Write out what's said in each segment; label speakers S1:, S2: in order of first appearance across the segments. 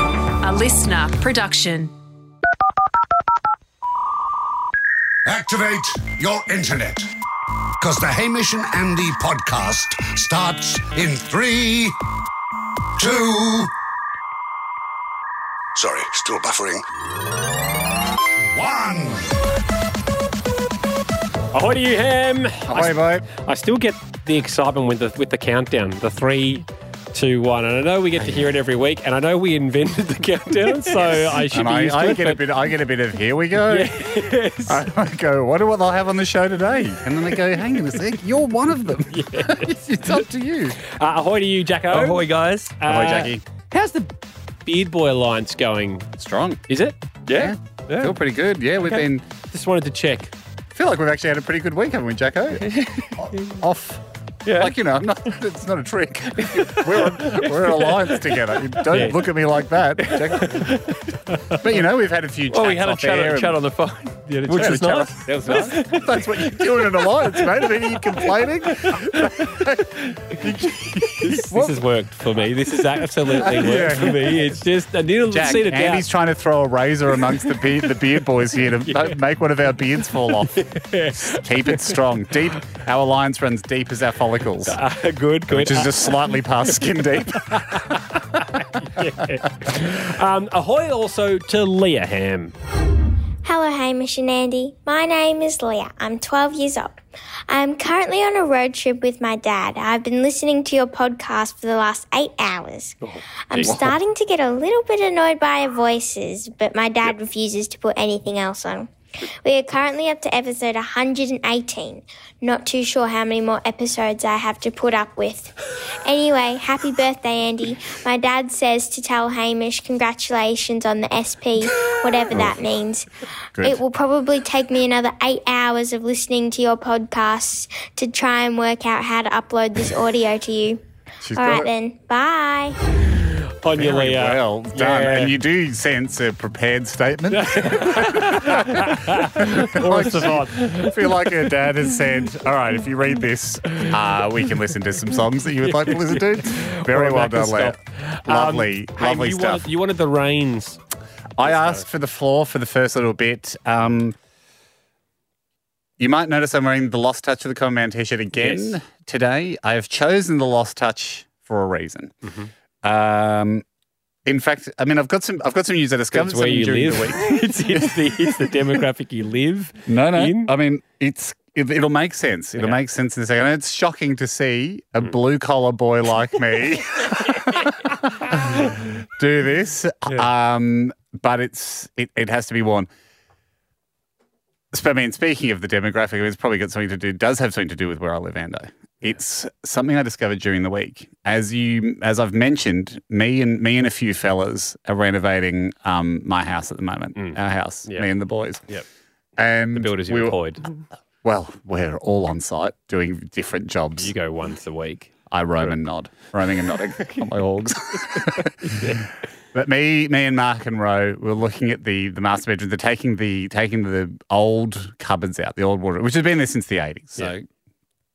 S1: A listener production.
S2: Activate your internet. Because the Hamish and Andy podcast starts in three, two. Sorry, still buffering. One.
S3: Ahoy to you, Ham! I,
S4: Ahoy, mate.
S3: I still get the excitement with the with the countdown, the three, two, one, and I know we get to hear it every week, and I know we invented the countdown, so I should
S4: And
S3: be used
S4: I,
S3: to
S4: I
S3: it.
S4: get a
S3: but-
S4: bit. I get a bit of here we go.
S3: Yes.
S4: I, I go. Wonder what they'll have on the show today. And then they go, hang on a sec. You're one of them. it's, it's up to you.
S3: Uh, ahoy to you, Jacko!
S5: Ahoy, guys.
S3: Uh, How's the Beard Boy Alliance going?
S4: Strong.
S3: Is it?
S4: Yeah.
S3: Yeah.
S4: Feel pretty good. Yeah. We've
S3: Okay.
S4: been.
S3: Just wanted to check.
S4: Feel like we've actually had a pretty good week, haven't we, Jacko? O- Off.
S3: Yeah.
S4: Like you know, I'm not, it's not a trick. we're we're in alliance together. You don't
S3: Yeah.
S4: look at me like that, Jacko. but you know, we've had a few.
S5: Well, we
S4: chats
S5: had a
S4: off
S5: chat,
S4: air
S5: chat
S4: and-
S5: on the phone,
S4: We
S5: which
S4: had
S5: was
S4: a chat
S5: nice.
S4: on-
S5: That was nice.
S4: That's what you're doing in alliance, mate. I mean, are you complaining?
S3: This, this has worked for me. This has absolutely worked
S4: Yeah.
S3: for me. It's just I need to
S4: Jack,
S3: see the doubt.
S4: Andy's trying to throw a razor amongst the beard, the beard boys here to ma- make one of our beards fall off. Keep it strong. Deep. Our alliance runs deep as our follicles,
S3: Uh, good, good.
S4: which is just slightly past skin deep.
S3: um, ahoy also to Leah Ham.
S6: Hello, Hamish and Andy. My name is Leah. I'm 12 years old. I am currently on a road trip with my dad. I've been listening to your podcast for the last eight hours. I'm starting to get a little bit annoyed by your voices, but my dad refuses to put anything else on. We are currently up to episode 118. Not too sure how many more episodes I have to put up with. Anyway, happy birthday, Andy. My dad says to tell Hamish congratulations on the SP, whatever
S4: Oh,
S6: that means. It will probably take me another eight hours of listening to your podcasts to try and work out how to upload this audio to you. All
S4: got
S6: right,
S4: it.
S6: then. Bye.
S3: On your
S4: Very
S3: Leah.
S4: well done.
S3: Yeah.
S4: And you do sense a prepared statement.
S3: or a savant.
S4: I feel like her dad has said, all right, if you read this, uh, we can listen to some songs that you would like to listen to. Very
S3: Or
S4: well
S3: back to
S4: done, Leah.
S3: stop.
S4: Lovely,
S3: Um, hey,
S4: lovely
S3: you
S4: stuff.
S3: Wanted, you wanted the reins.
S4: I asked for the floor for the first little bit. Um, you might notice I'm wearing the Lost Touch of the Common Man t-shirt again
S3: Yes.
S4: today. I have chosen the Lost Touch for a reason.
S3: Mm-hmm.
S4: Um, in fact, I mean, I've got some. I've got some news I discovered
S3: That's where
S4: something
S3: you
S4: during
S3: live.
S4: the week.
S3: it's, it's, the, it's the demographic you live.
S4: No, no.
S3: In?
S4: I mean, it's it, it'll make sense. It'll
S3: Okay.
S4: make sense in a second. And it's shocking to see a
S3: Mm.
S4: blue collar boy like me do this. Um, but it's it, it has to be worn. Sp- I mean, speaking of the demographic, it's probably got something to do. Does have something to do with where I live, Ando. It's something I discovered during the week. As you, as I've mentioned, me and me and a few fellas are renovating um, my house at the moment. Our house,
S3: Mm. Yeah.
S4: me and the boys.
S3: Yep.
S4: And
S3: The builders
S4: we
S3: you
S4: were-
S3: employed.
S4: Well, we're all on site doing different jobs.
S3: You go once a week.
S4: I roam and nod, roaming and nodding on my orgs. But me, me and Mark and Ro were looking at the the master bedroom. They're taking the taking the old cupboards out, the old wardrobe, which has been there since the eighties. So,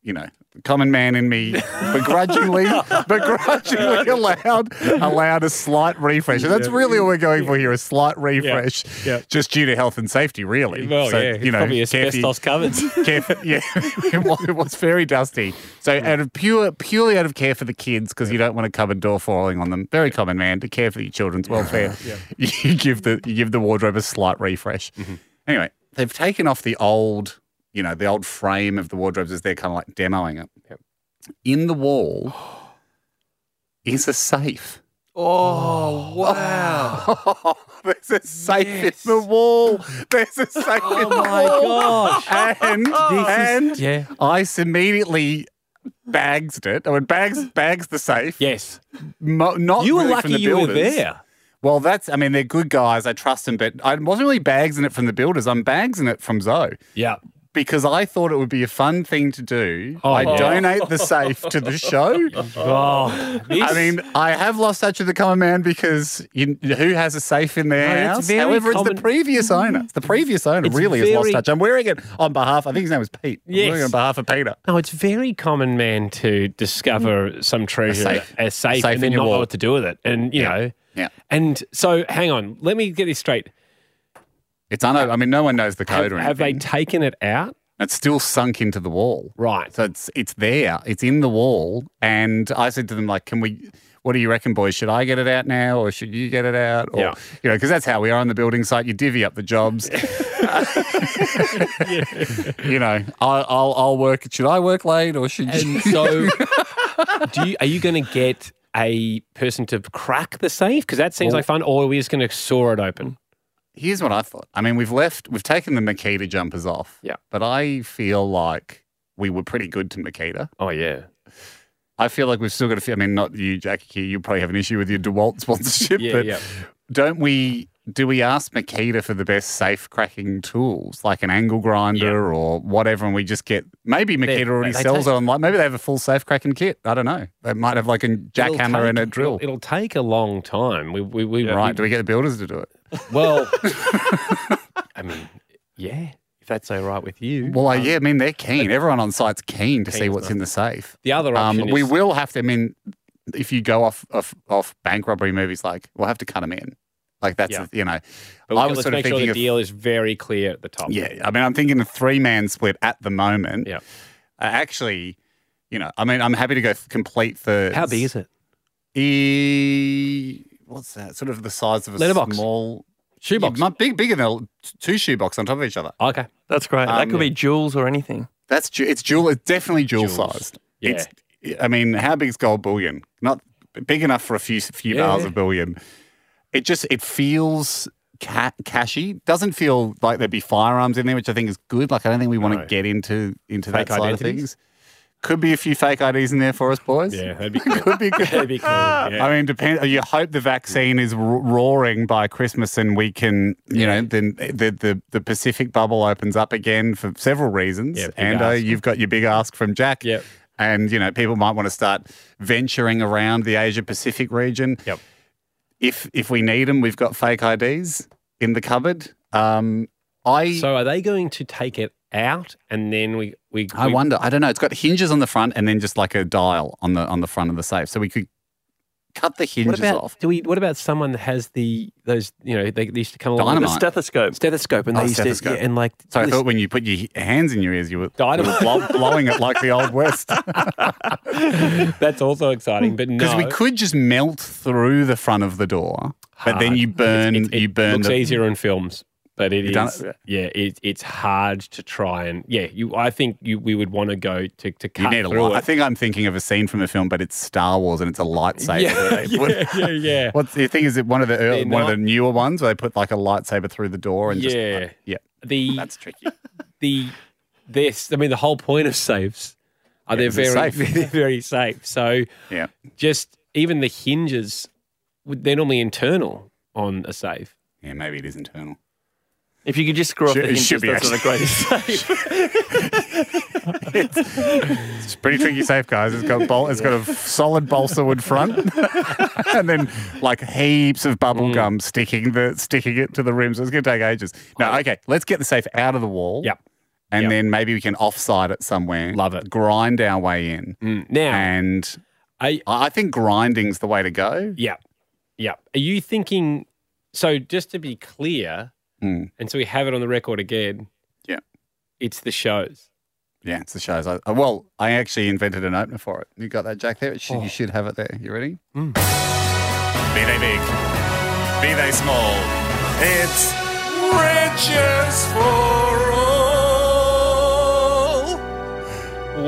S4: you know, the common man in me begrudgingly, begrudgingly allowed allowed a slight refresh. And that's really all we're going for here: a slight refresh,
S3: Yeah.
S4: just due to health and safety, really.
S3: Well,
S4: So,
S3: yeah. it's probably
S4: carefully-
S3: asbestos covered.
S4: care for, yeah, it was, it was very dusty. So out of pure, purely out of care for the kids, because you don't want a cupboard door falling on them. Very common, man, to care for your children's welfare. You give the you give the wardrobe a slight refresh.
S5: Mm-hmm.
S4: Anyway, they've taken off the old, you know, the old frame of the wardrobes as they're kind of like demoing it. In the wall is a safe.
S5: Oh, wow.
S4: There's a safe in the wall. There's a safe in the
S5: Oh my
S4: wall.
S5: gosh.
S4: And, and
S5: Yeah.
S4: Ice immediately bags it. I mean, bags bags the safe.
S3: Yes.
S4: Mo- not
S3: You were
S4: really
S3: lucky
S4: from the
S3: you were
S4: builders.
S3: there.
S4: Well, that's. I mean, they're good guys. I trust them, but I wasn't really bagsing it from the builders. I'm bagsing it from Zoe
S3: Yeah.
S4: because I thought it would be a fun thing to do.
S3: Oh,
S4: I
S3: yeah.
S4: donate the safe to the show.
S3: Oh, this,
S4: I mean, I have lost touch with the common man because you, who has a safe in their
S3: No, it's
S4: house?
S3: very
S4: However,
S3: common- Mm.
S4: it's the previous owner. It's the previous owner
S3: It's
S4: really has lost
S3: very-
S4: touch. I'm wearing it on behalf. I think his name was Pete. I'm
S3: Yes.
S4: wearing it on behalf of Peter.
S3: No, Oh, it's very common, man, to discover some treasure,
S4: safe.
S3: a safe,
S4: Mm-hmm. Safe
S3: and
S4: in
S3: then
S4: your
S3: not know
S4: wall.
S3: what to do with it. And you know,
S4: Yeah.
S3: And so, hang on, let me get this straight.
S4: It's unopened. I mean, no one knows the code
S3: Have,
S4: or
S3: have they
S4: anything.
S3: taken it out?
S4: It's still sunk into the wall.
S3: Right.
S4: So it's it's there. It's in the wall. And I said to them, like, can we? What do you reckon, boys? Should I get it out now, or should you get it out? Or,
S3: Yeah.
S4: You know, because that's how we are on the building site. You divvy up the jobs. you know, I, I'll I'll work. Should I work late, or should you?
S3: And so, do you, are you going to get a person to crack the safe? Because that seems like fun. Or are we just going to saw it open?
S4: Here's what I thought. I mean, we've left, we've taken the Makita jumpers off.
S3: Yeah.
S4: But I feel like we were pretty good to Makita.
S3: Oh yeah,
S4: I feel like we've still got a few. I mean, not you, Jackie. Key, You probably have an issue with your DeWalt sponsorship.
S3: Yeah,
S4: but
S3: yeah.
S4: Don't we? Do we ask Makita for the best safe cracking tools, like an angle grinder or whatever, and we just get maybe Makita already
S3: they
S4: sells it
S3: take-
S4: online. Maybe they have a full safe cracking kit. I don't know. They might have like a jackhammer
S3: It'll
S4: and a
S3: take-
S4: drill.
S3: It'll, it'll take a long time. We we, we
S4: right? Do we get the builders to do it?
S3: Well, I mean, yeah. If that's all right with you. Um,
S4: Well, uh, yeah, I mean, they're keen. Everyone on site's keen to see
S3: Keen's
S4: what's in the safe.
S3: The other
S4: Um,
S3: option
S4: we
S3: is-
S4: will have to, I mean, if you go off, off off bank robbery movies, like, we'll have to cut them in. Like, that's,
S3: Yeah.
S4: you know,
S3: But
S4: I
S3: we-
S4: was
S3: let's
S4: sort of
S3: make sure
S4: thinking
S3: the
S4: of-
S3: deal is very clear at the top.
S4: yeah, I mean, I'm thinking a three man split at the moment.
S3: Yeah.
S4: Uh, actually, you know, I mean, I'm happy to go th- complete thirds.
S3: How big is it?
S4: E- what's that? Sort of the size of a
S3: Letterbox.
S4: small
S3: Shoebox.
S4: Yeah, big, bigger than a, two shoebox on top of each other.
S3: okay.
S5: That's great.
S4: Um,
S5: that could be jewels or anything.
S4: That's ju- it's dual. It's definitely dual
S3: Jewels.
S4: sized.
S3: Yeah.
S4: It's, I mean, how big's gold bullion? Not big enough for a few few
S3: Yeah.
S4: bars of bullion. It just it feels ca- cashy. Doesn't feel like there'd be firearms in there, which I think is good. Like I don't think we want
S3: No.
S4: to get into into
S3: Fake
S4: that side of
S3: identities?
S4: things. Could be a few fake IDs in there for us, boys.
S3: Yeah, that'd be
S4: Could be good.
S3: That'd be cool, yeah.
S4: I mean, depend. You hope the vaccine is r- roaring by Christmas, and we can, you know, then the, the the Pacific bubble opens up again for several reasons.
S3: Yeah, big
S4: and uh,
S3: ask.
S4: you've got your big ask from Jack.
S3: Yep.
S4: And you know, people might want to start venturing around the Asia Pacific region.
S3: Yep.
S4: If if we need them, we've got fake IDs in the cupboard. Um, I
S3: So are they going to take it out and then we we?
S4: I
S3: we-
S4: wonder. I don't know. It's got hinges on the front, and then just like a dial on the on the front of the safe, so we could cut the
S3: What
S4: hinges
S3: about
S4: off.
S3: do we? What about someone that has the those you know they, they used to come along
S4: Dynamite.
S5: The stethoscope.
S3: with a stethoscope and they
S4: Oh,
S3: used
S4: stethoscope.
S3: to yeah, and like
S4: So I
S3: this-
S4: thought when you put your h- hands in your ears, you were, you were
S3: Dynamite.
S4: blow, blowing it like the old west.
S3: that's also exciting, but
S4: Because
S3: no,
S4: we could just melt through the front of the door, but then
S3: Hard.
S4: you burn.
S3: Ah, It's- it,
S4: you burn.
S3: Looks
S4: the,
S3: easier in films, but it
S4: You done
S3: is.
S4: it?
S3: Yeah, it, it's hard to try and yeah. You, I think you, we would want to go to to cut
S4: You need a
S3: through
S4: lot. I
S3: it.
S4: think I'm thinking of a scene from a film, but it's Star Wars and it's a lightsaber.
S3: yeah,
S4: They put-
S3: yeah, yeah, yeah.
S4: What's the thing? Is it one of the early,
S3: They're
S4: one of the
S3: not-
S4: newer ones where they put like a lightsaber through the door and just
S3: Yeah.
S4: like, yeah,
S3: The
S4: that's tricky.
S3: the this. I mean, the whole point of safes are they're
S4: 'cause they're
S3: very
S4: safe.
S3: they're very safe. So
S4: Yeah,
S3: just even the hinges, would- they're normally internal on a safe.
S4: yeah, maybe it is internal.
S5: If you could just screw off
S4: Should-
S5: the
S4: it
S5: hinges,
S4: should be
S5: that's what a great save.
S4: It's pretty tricky safe, guys. It's got bol- it's got a f- solid balsa wood front, and then like heaps of bubble
S3: Mm.
S4: gum sticking the sticking it to the rim. So it's going to take ages. No, okay, let's get the safe out of the wall.
S3: Yep.
S4: and
S3: Yep.
S4: then maybe we can offside it somewhere.
S3: Love it.
S4: Grind our way in,
S3: Mm. Now,
S4: and
S3: I
S4: I I think grinding's the way to go.
S3: Yeah. Yeah. Are you thinking so just to be clear,
S4: Mm.
S3: and so we have it on the record again.
S4: Yeah.
S3: It's the shows.
S4: Yeah, it's the shows. I, well, I actually invented an opener for it. You got that, Jack? There, it
S5: Oh.
S4: should, you should have it there. You ready?
S5: Hmm.
S4: Be they big, be they small, it's riches for all.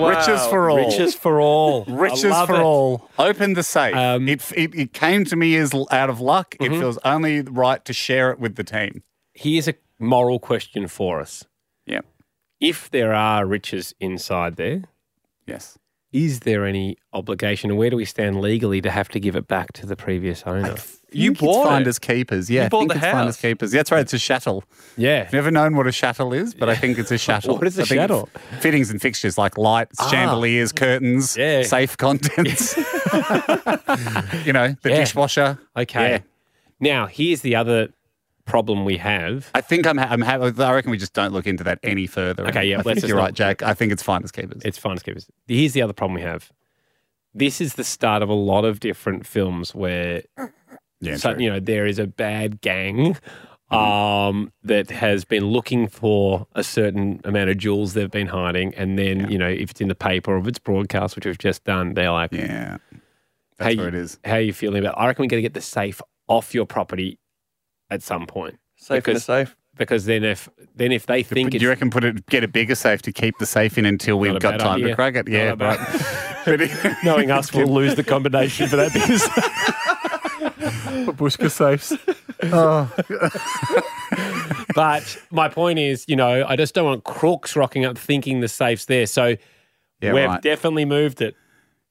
S4: Riches for all.
S3: Riches for all. I
S4: Riches
S3: love
S4: for
S3: it.
S4: all. Open the safe.
S3: Um,
S4: it, it it came to me as l- out of luck.
S5: Mm-hmm.
S4: It feels only right to share it with the team.
S3: Here's a moral question for us.
S4: Yeah.
S3: If there are riches inside there,
S4: Yes.
S3: is there any obligation and where do we stand legally to have to give it back to the previous owner?
S5: You
S4: Think it's
S5: bought it.
S4: finders keepers. Yeah.
S5: You bought
S4: think
S5: the
S4: it's finders
S5: house.
S4: keepers. That's right. It's a shuttle.
S3: Yeah.
S4: Never known what a shuttle is, but I think it's a shuttle.
S3: What is a
S4: I think it's
S3: shuttle? Ah.
S4: Fittings and fixtures like lights, chandeliers, curtains,
S3: Yeah.
S4: safe contents. you know, the
S3: Yeah.
S4: dishwasher.
S3: Okay.
S4: Yeah.
S3: Now, here's the other problem we have.
S4: I think I'm. Ha- I'm ha- I reckon we just don't look into that any further.
S3: Okay, yeah,
S4: I
S3: let's
S4: think
S3: just
S4: you're
S3: not-
S4: right, Jack. I think it's finders keepers.
S3: It's fine, skippers. Here's the other problem we have. This is the start of a lot of different films where
S4: Yeah,
S3: so,
S4: true. Mm-hmm.
S3: you know, there is a bad gang um, that has been looking for a certain amount of jewels they've been hiding. And then, you know, if it's in the paper or if it's broadcast, which we've just done, they're like,
S4: Yeah.
S3: how,
S4: That's
S3: you,
S4: where it is.
S3: how are you feeling about it? I reckon we're going to get the safe off your property at some point.
S5: Safe in a
S3: Because-
S5: safe.
S3: Because then if then if they think
S4: Do
S3: it's
S4: you reckon put it get a bigger safe to keep the safe in until
S3: Not
S4: we've
S3: a
S4: got
S3: bad
S4: time
S3: idea.
S4: to crack it?
S3: Not
S4: Yeah,
S3: a bad-
S4: right. But-
S3: knowing us, we'll lose the combination for that business.
S4: Babushka safes.
S3: But my point is, you know, I just don't want crooks rocking up thinking the safe's there. So
S4: Yeah,
S3: we've
S4: right.
S3: definitely moved it.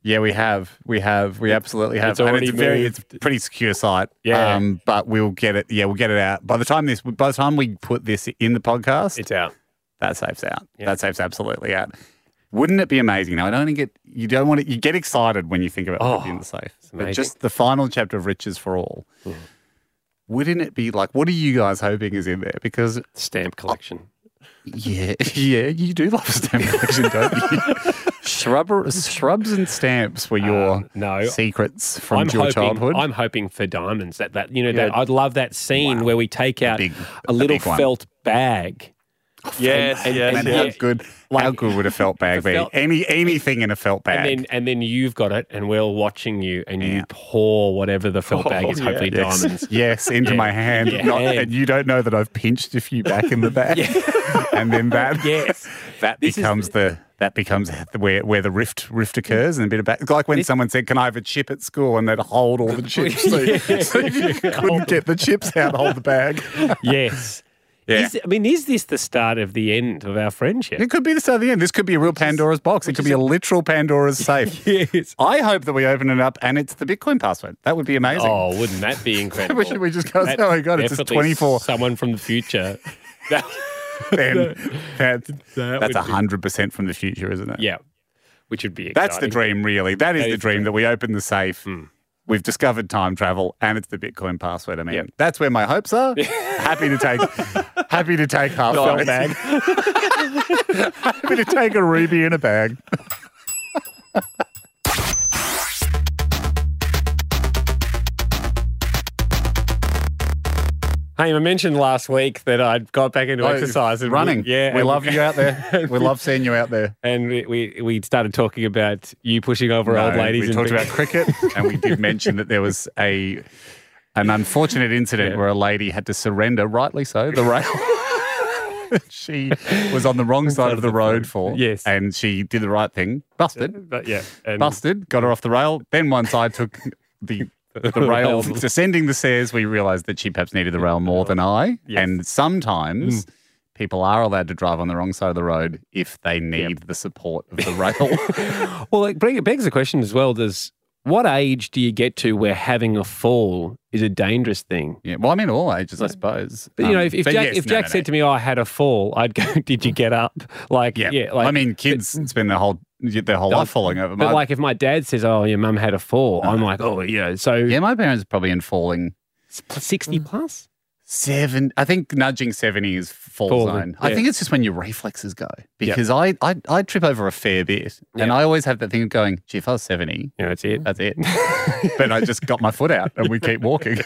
S4: yeah, we have. We have. We absolutely have.
S3: it's
S4: And
S3: already
S4: it's very
S3: moved.
S4: it's a pretty secure site.
S3: Yeah.
S4: Um, but we'll get it. Yeah, we'll get it out. By the time this by the time we put this in the podcast,
S3: It's out.
S4: that safe's out.
S3: Yeah.
S4: That safe's absolutely out. Wouldn't it be amazing? Now I don't get you don't want to you get excited when you think about
S3: Oh,
S4: it being the safe. But
S3: amazing. Mm.
S4: just the final chapter of Riches for All. Wouldn't it be like what are you guys hoping is in there? Because
S3: Stamp collection.
S4: Yeah, yeah, you do love stamp collection, don't you? Shrub, shrubs and stamps were your
S3: Um, no.
S4: secrets from
S3: I'm
S4: your
S3: hoping,
S4: childhood.
S3: I'm hoping for diamonds. That that you know
S5: Yeah.
S3: that I'd love that scene where we take out
S4: big-
S3: a
S4: a
S3: little
S4: big one.
S3: felt bag.
S5: Yes,
S3: and-
S5: yes,
S4: Man,
S3: yeah.
S4: how good! how good would a felt bag be?
S3: felt-
S4: Any anything in a felt bag.
S3: And then and then you've got it and we're all watching you and you
S4: Yeah. Oh,
S3: pour whatever the felt bag is,
S5: yeah.
S3: hopefully
S4: yes,
S3: diamonds.
S4: yes, into my hand,
S3: Yeah.
S4: Not, and you don't know that I've pinched a few back in the back, and then that
S3: Yes.
S4: that
S3: This is-
S4: becomes the that becomes the- where where the rift rift occurs and a bit of back. it's Like when someone said, "Can I have a chip at school?" and they'd hold all the chips, so, so you couldn't get the chips out, hold the bag.
S3: yes.
S4: Yeah.
S3: Is, I mean, is this the start of the end of our friendship?
S4: It could be the start of the end. This could be a real Pandora's box. It could be a literal Pandora's safe.
S3: Yes.
S4: I hope that we open it up and it's the Bitcoin password. That would be amazing.
S3: Oh, wouldn't that be incredible?
S4: wish we just go,
S3: That's
S4: "Oh my God, it's just
S3: definitely
S4: 24."
S3: Someone from the future. That-
S4: Then that,
S3: that
S4: that's
S3: would be-
S4: hundred percent from the future, isn't it?
S3: yeah. Which would be exciting.
S4: That's the dream, really. That is
S3: That
S4: the
S3: is the Hmm.
S4: dream that we open the safe. We've discovered time travel, and it's the Bitcoin password. I mean,
S3: Yep.
S4: that's where my hopes are. happy to take, happy to take half
S5: No,
S4: felt bag. happy to take a ruby in a bag.
S3: Hey, I mentioned last week that I got back into exercise and
S4: Oh, running.
S3: We, yeah,
S4: we
S3: and-
S4: love you out there. we love seeing you out there.
S3: And we, we we started talking about you pushing over old
S4: No,
S3: ladies.
S4: we
S3: and
S4: talked
S3: big-
S4: about cricket, and we did mention that there was a an unfortunate incident where a lady had to surrender, rightly so, the rail. she was on the wrong side of the road for
S3: Yes.
S4: and she did the right thing. Busted,
S3: but yeah, and
S4: busted, got her off the rail. Then once I took the. The rail descending the stairs, we realised that she perhaps needed the rail more than I.
S3: Yes.
S4: And sometimes people are allowed to drive on the wrong side of the road if they need the support of the rail.
S3: well, it bring- it begs the question as well: Does what age do you get to where having a fall is a dangerous thing?
S4: Yeah. Well, I mean, all ages, I suppose. Um,
S3: But you know, if, if Jack, if Jack said to me, oh, "I had a fall," I'd go, "Did you get up?" Like, yeah,
S4: yeah,
S3: like,
S4: I mean, kids spend their whole their whole life falling over.
S3: but
S4: My,
S3: like if my dad says, "Oh, your mum had a fall," I'm
S4: Uh-huh.
S3: like, "Oh, you know." So
S4: yeah, my parents are probably in falling
S3: s- sixty
S4: Mm.
S3: plus.
S4: seven. I think nudging seventy is fall
S3: Falling,
S4: zone. I
S3: yeah.
S4: think it's just when your reflexes go because I, I I trip over a fair bit, and
S3: Yeah.
S4: I always have that thing of going, gee, if I was seventy,
S3: Yeah, that's it.
S4: that's it. but I just got my foot out, and we keep walking.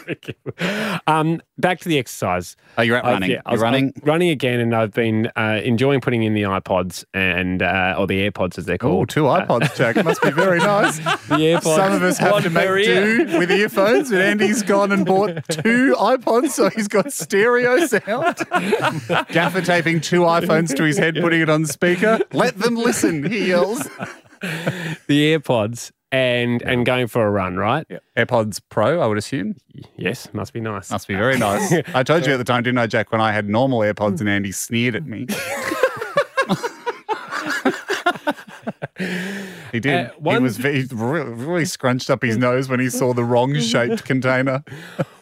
S3: um, back to the exercise.
S4: Oh, Mm. you're out
S3: I've-
S4: running.
S3: yeah, I
S4: you're
S3: was- I'm
S4: running.
S3: running again, and I've been uh, enjoying putting in the iPods and uh, or the AirPods as they're
S4: Oh,
S3: called.
S4: two iPods, Jack. Must be very nice.
S3: the AirPods.
S4: Some of us have
S5: One
S4: to make
S5: per ear.
S4: do with earphones, and Andy's gone and bought two iPods, so he's got stereo sound. Gaffer taping two iPhones to his head, putting it on speaker. Let them listen, he yells.
S3: the AirPods and and going for a run, right?
S4: AirPods Pro, I would assume.
S3: Yes, must be nice.
S4: Must be very nice. I told you at the time, didn't I, Jack, when I had normal AirPods and Andy sneered at me. He did.
S3: Uh, one-
S4: He was ve- he re- really scrunched up his nose when he saw the wrong shaped container.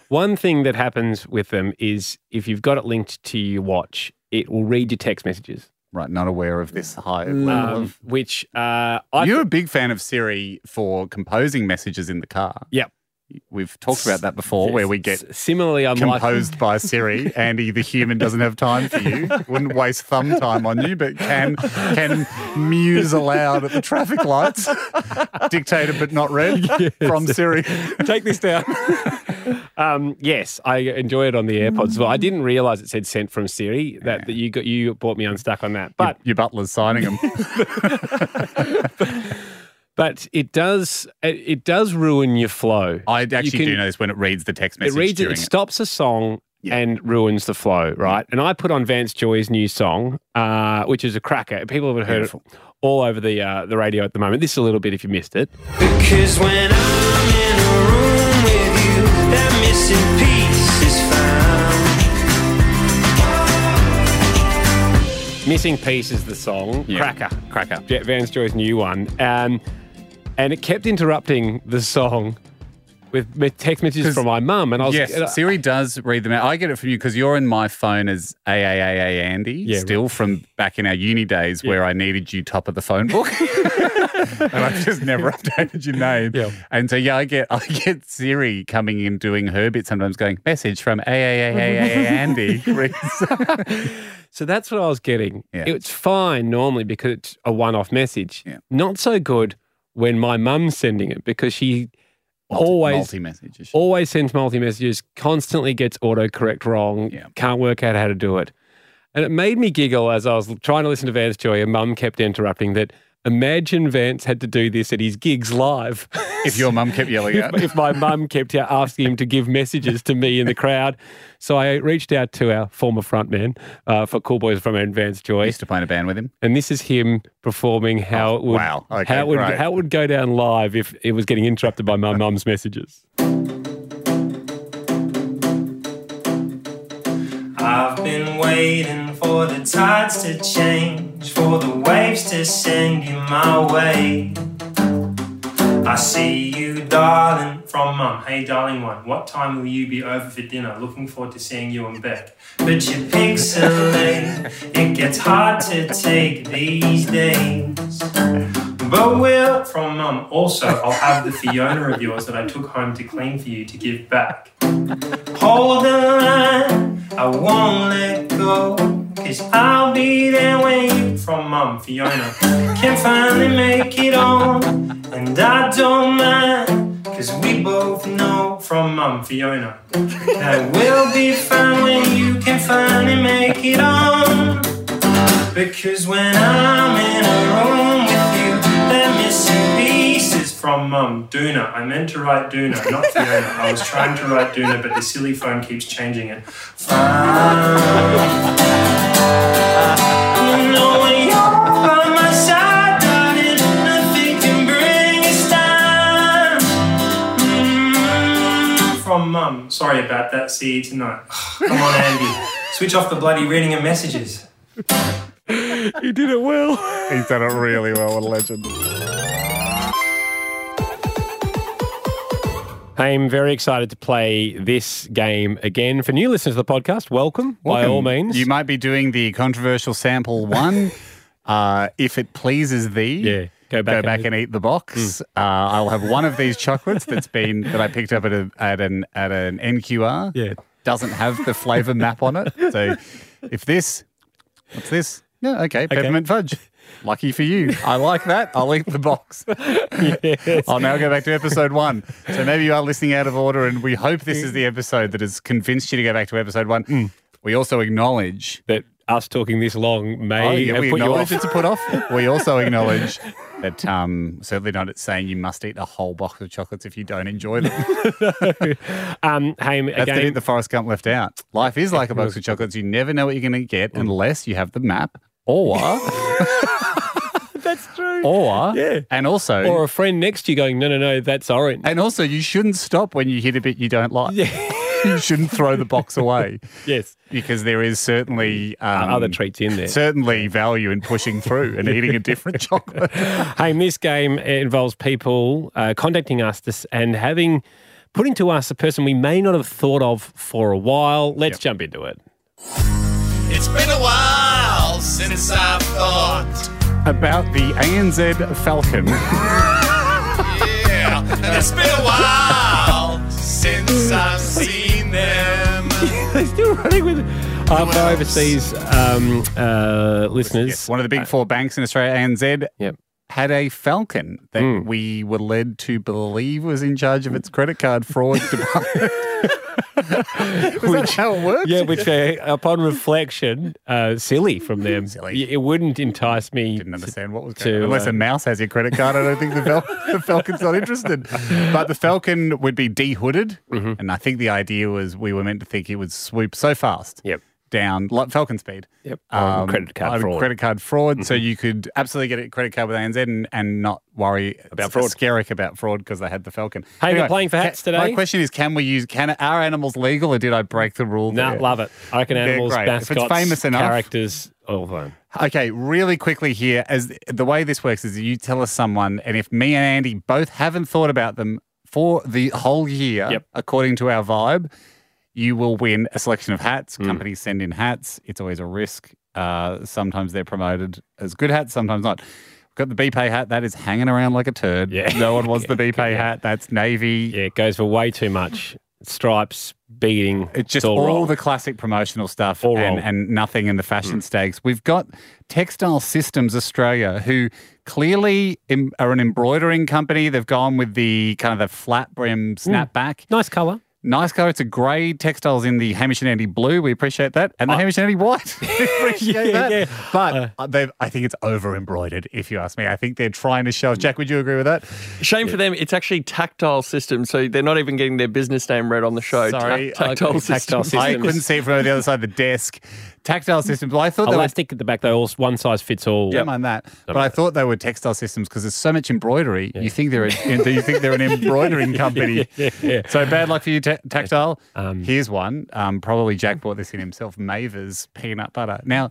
S3: One thing that happens with them is if you've got it linked to your watch, it will read your text messages,
S4: Right, not aware of this high level
S3: um,
S4: of.
S3: which uh, I
S4: You're a big fan of Siri for composing messages in the car.
S3: Yep.
S4: We've talked about that before, where we get
S3: S- similarly, I'm like.
S4: composed by Siri. Andy, the human, doesn't have time for you. Wouldn't waste thumb time on you, but can can muse aloud at the traffic lights, dictated but not read from Siri.
S3: Take this down. Um, yes, I enjoy it on the AirPods as well.
S4: Mm.
S3: I didn't realize it said sent from Siri. That, that you got you bought me unstuck on that, but
S4: Your butler's signing them.
S3: but it does it, it does ruin your flow.
S4: I
S3: You
S4: actually
S3: can-
S4: do know this when it reads the text
S3: It
S4: message.
S3: reads it.
S4: during
S3: It stops a song. And ruins the flow, right? And I put on Vance Joy's new song, uh, which is a cracker. People have heard
S4: Beautiful.
S3: it all over the uh, the radio at the moment. This is a little bit if you missed it.
S7: Because when I'm in a room with you, that missing piece is found.
S3: Missing Piece is the song.
S4: Yeah.
S3: Cracker.
S4: Cracker.
S3: Jet Vance Joy's new one. Um, and it kept interrupting the song with me- text messages
S4: 'Cause-
S3: from my mum. And I was
S4: Yes,
S3: and I-
S4: Siri does read them out. I get it from you because you're in my phone as AAAA Andy,
S3: Yeah,
S4: still from back in our uni days where I needed you top of the phone book. and I've just never updated your name.
S3: Yeah.
S4: And so, yeah, I get I get Siri coming in doing her bit sometimes going, message from AAAA Andy.
S3: so that's what I was getting.
S4: Yeah.
S3: It's fine normally because it's a one off message.
S4: Yeah.
S3: Not so good when my mum's sending it because she always
S4: Multi messages.
S3: always sends multi messages, constantly gets autocorrect wrong,
S4: Yeah.
S3: can't work out how to do it. And it made me giggle as I was l- trying to listen to Vance Joy, and mum kept interrupting that. Imagine Vance had to do this at his gigs live.
S4: If your mum kept yelling out.
S3: if, if my mum kept out asking him to give messages to me in the crowd. So I reached out to our former frontman uh, for Cool Boys from Advanced Joy,
S4: used to play in a band with him.
S3: and this is him performing how it would
S4: wow. Okay,
S3: how it would
S4: great.
S3: how it would go down live if it was getting interrupted by my mum's messages.
S7: I've been waiting for the tides to change, for the waves to send you my way. I see you, darling, from mum. Hey, darling one, what time will you be over for dinner? Looking forward to seeing you and Beck. But you pixelate, it gets hard to take these days. But will from mum. Also, I'll have the Fiona of yours that I took home to clean for you to give back. Hold the line, I won't let go. Cause I'll be there when you from Mum Fiona can finally make it on. And I don't mind, cause we both know from Mum Fiona that we'll be fine when you can finally make it on. Because when I'm in a room with you, that missing piece is from Mum Duna. I meant to write Duna, not Fiona. I was trying to write Duna, but the silly phone keeps changing it. Fine. You know when you're by my side, darling, nothing can bring us down. Mm, From Mum. Sorry about that. See you tonight. Come on, Andy. Switch off the bloody reading of messages.
S3: he did it well.
S4: He's done it really well. What a legend.
S3: I'm very excited to play this game again. For new listeners to the podcast, welcome, by
S4: Welcome.
S3: all means.
S4: You might be doing the controversial sample one. uh, if it pleases thee,
S3: Yeah, go back and eat-
S4: and, eat the box. Uh, I'll have one of these chocolates that's been that I picked up at a, at an at an NQR.
S3: Yeah.
S4: It doesn't have the flavour map on it. So if this, what's this? Yeah, okay, peppermint fudge. Lucky for you. I like that. I'll eat the box. I'll now go back to episode one. So maybe you are listening out of order, and we hope this is the episode that has convinced you to go back to episode one. We also acknowledge
S3: that us talking this long may
S4: Oh, yeah,
S3: have
S4: we
S3: put you
S4: acknowledge
S3: off.
S4: it's a put off. We also acknowledge that um, certainly not it's saying you must eat a whole box of chocolates if you don't enjoy them.
S3: Um, hey,
S4: That's the
S3: again,
S4: bit that Forrest Gump left out. Life is like a box of chocolates. You never know what you're going to get
S3: Mm.
S4: unless you have the map or. That's
S3: true.
S4: Or.
S3: Yeah.
S4: And also.
S3: or a friend next to you going, no, no, no, that's orange.
S4: and also, you shouldn't stop when you hit a bit you don't like. you shouldn't throw the box away
S3: yes.
S4: because there is certainly um,
S3: other treats in there.
S4: Certainly value in pushing through and eating a different chocolate.
S3: hey, and this game involves people uh, contacting us this, and having putting to us a person we may not have thought of for a while. Let's jump into it.
S8: It's been a while since I've thought.
S4: about the ANZ Falcon.
S8: Yeah, and it's been a while since I've seen them.
S3: They're still running with uh, for overseas um, uh, listeners.
S4: One of the big four banks in Australia, ANZ,
S3: Yep.
S4: had a Falcon that we were led to believe was in charge of its credit card fraud department. was that how it worked?
S3: Yeah, which uh, upon reflection, uh, silly from them.
S4: Silly.
S3: Y- It wouldn't entice me.
S4: didn't understand what was
S3: to,
S4: going on. Unless
S3: uh,
S4: a mouse has your credit card, I don't think the, Fal- the Falcon's not interested. But the Falcon would be dehooded,
S3: Mm-hmm.
S4: and I think the idea was we were meant to think it would swoop so fast
S3: Yep.
S4: down, like Falcon speed.
S3: Yep. Um, credit card
S4: like
S3: fraud. Mm-hmm.
S4: Credit card fraud. So you could absolutely get a credit card with ANZ and, and not worry
S3: About
S4: s-
S3: fraud.
S4: Scaric about fraud because they had the Falcon.
S3: Hey, we're playing for
S4: ca-
S3: hats today?
S4: My question is: Can we use? Can are animals legal, or did I break the rule?
S3: No,
S4: there?
S3: love it. I reckon
S4: They're
S3: animals,
S4: great. If it's
S3: mascots,
S4: famous enough-
S3: characters, all of them.
S4: Okay, really quickly here, as th- the way this works is you tell us someone, and if me and Andy both haven't thought about them for the whole year,
S3: Yep.
S4: according to our vibe, you will win a selection of hats.
S3: Hmm.
S4: Companies send in hats. It's always a risk. Uh, sometimes they're promoted as good hats, sometimes not. We've got the BPay hat that is hanging around like a turd.
S3: Yeah.
S4: No one wants the BPay hat. That's navy.
S3: Yeah, it goes for way too much. Stripes, beating.
S4: It's just all,
S3: all, wrong.
S4: the classic promotional stuff
S3: All
S4: and,
S3: wrong. Mm.
S4: and nothing in the fashion stakes. We've got Textile Systems Australia, who clearly em- are an embroidering company. They've gone with the kind of the flat brim
S3: Mm.
S4: snapback.
S3: nice colour.
S4: Nice colour. It's a grey textiles in the Hamish and Andy blue. We appreciate that. And the Hamish and Andy white. We appreciate
S3: Yeah,
S4: that.
S3: yeah.
S4: But uh, they've, I think it's over embroidered, if you ask me. I think they're trying to show us. Jack, would you agree with that?
S5: Shame for them. It's actually tactile system, so they're not even getting their business name read on the show. Ta-
S4: Sorry,
S5: tactile
S4: I,
S5: system.
S3: tactile
S4: I
S3: systems.
S4: couldn't see it from the other side of the desk. Tactile systems. Well, I thought they were
S3: Elastic at the back, though. All one size fits all.
S4: Don't mind that. But I thought they were textile systems because there's so much embroidery. You think they're a, you think they're an embroidering company. So bad luck for you, ta- tactile. Here's one. Um, probably Jack bought this in himself. Mavis peanut butter. Now.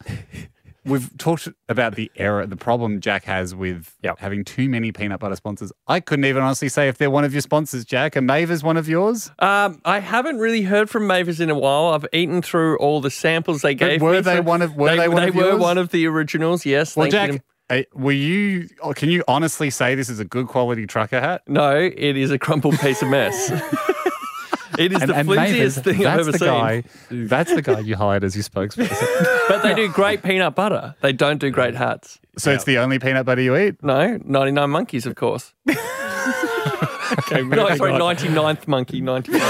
S4: We've talked about the error, the problem Jack has with
S3: Yep.
S4: having too many peanut butter sponsors. I couldn't even honestly say if they're one of your sponsors, Jack. And Mavis one of yours?
S5: Um, I haven't really heard from Mavis in a while. I've eaten through all the samples they gave
S4: were
S5: me,
S4: they
S5: so
S4: one of- were they one of
S5: were
S4: yours?
S5: one of the originals, yes.
S4: Well,
S5: thank you
S4: Jack,
S5: to-
S4: uh, were you? or Can you honestly say this is a good quality trucker hat?
S5: No, it is a crumpled piece of mess. it is the
S4: Mavis,
S5: flimsiest thing I've ever
S4: the
S5: seen.
S4: Guy, that's the guy you hired as your spokesperson.
S5: But they do great peanut butter. They don't do great hats.
S4: so it's the only peanut butter you eat?
S5: No, 99 monkeys, of course. no, sorry, 99th monkey, 99.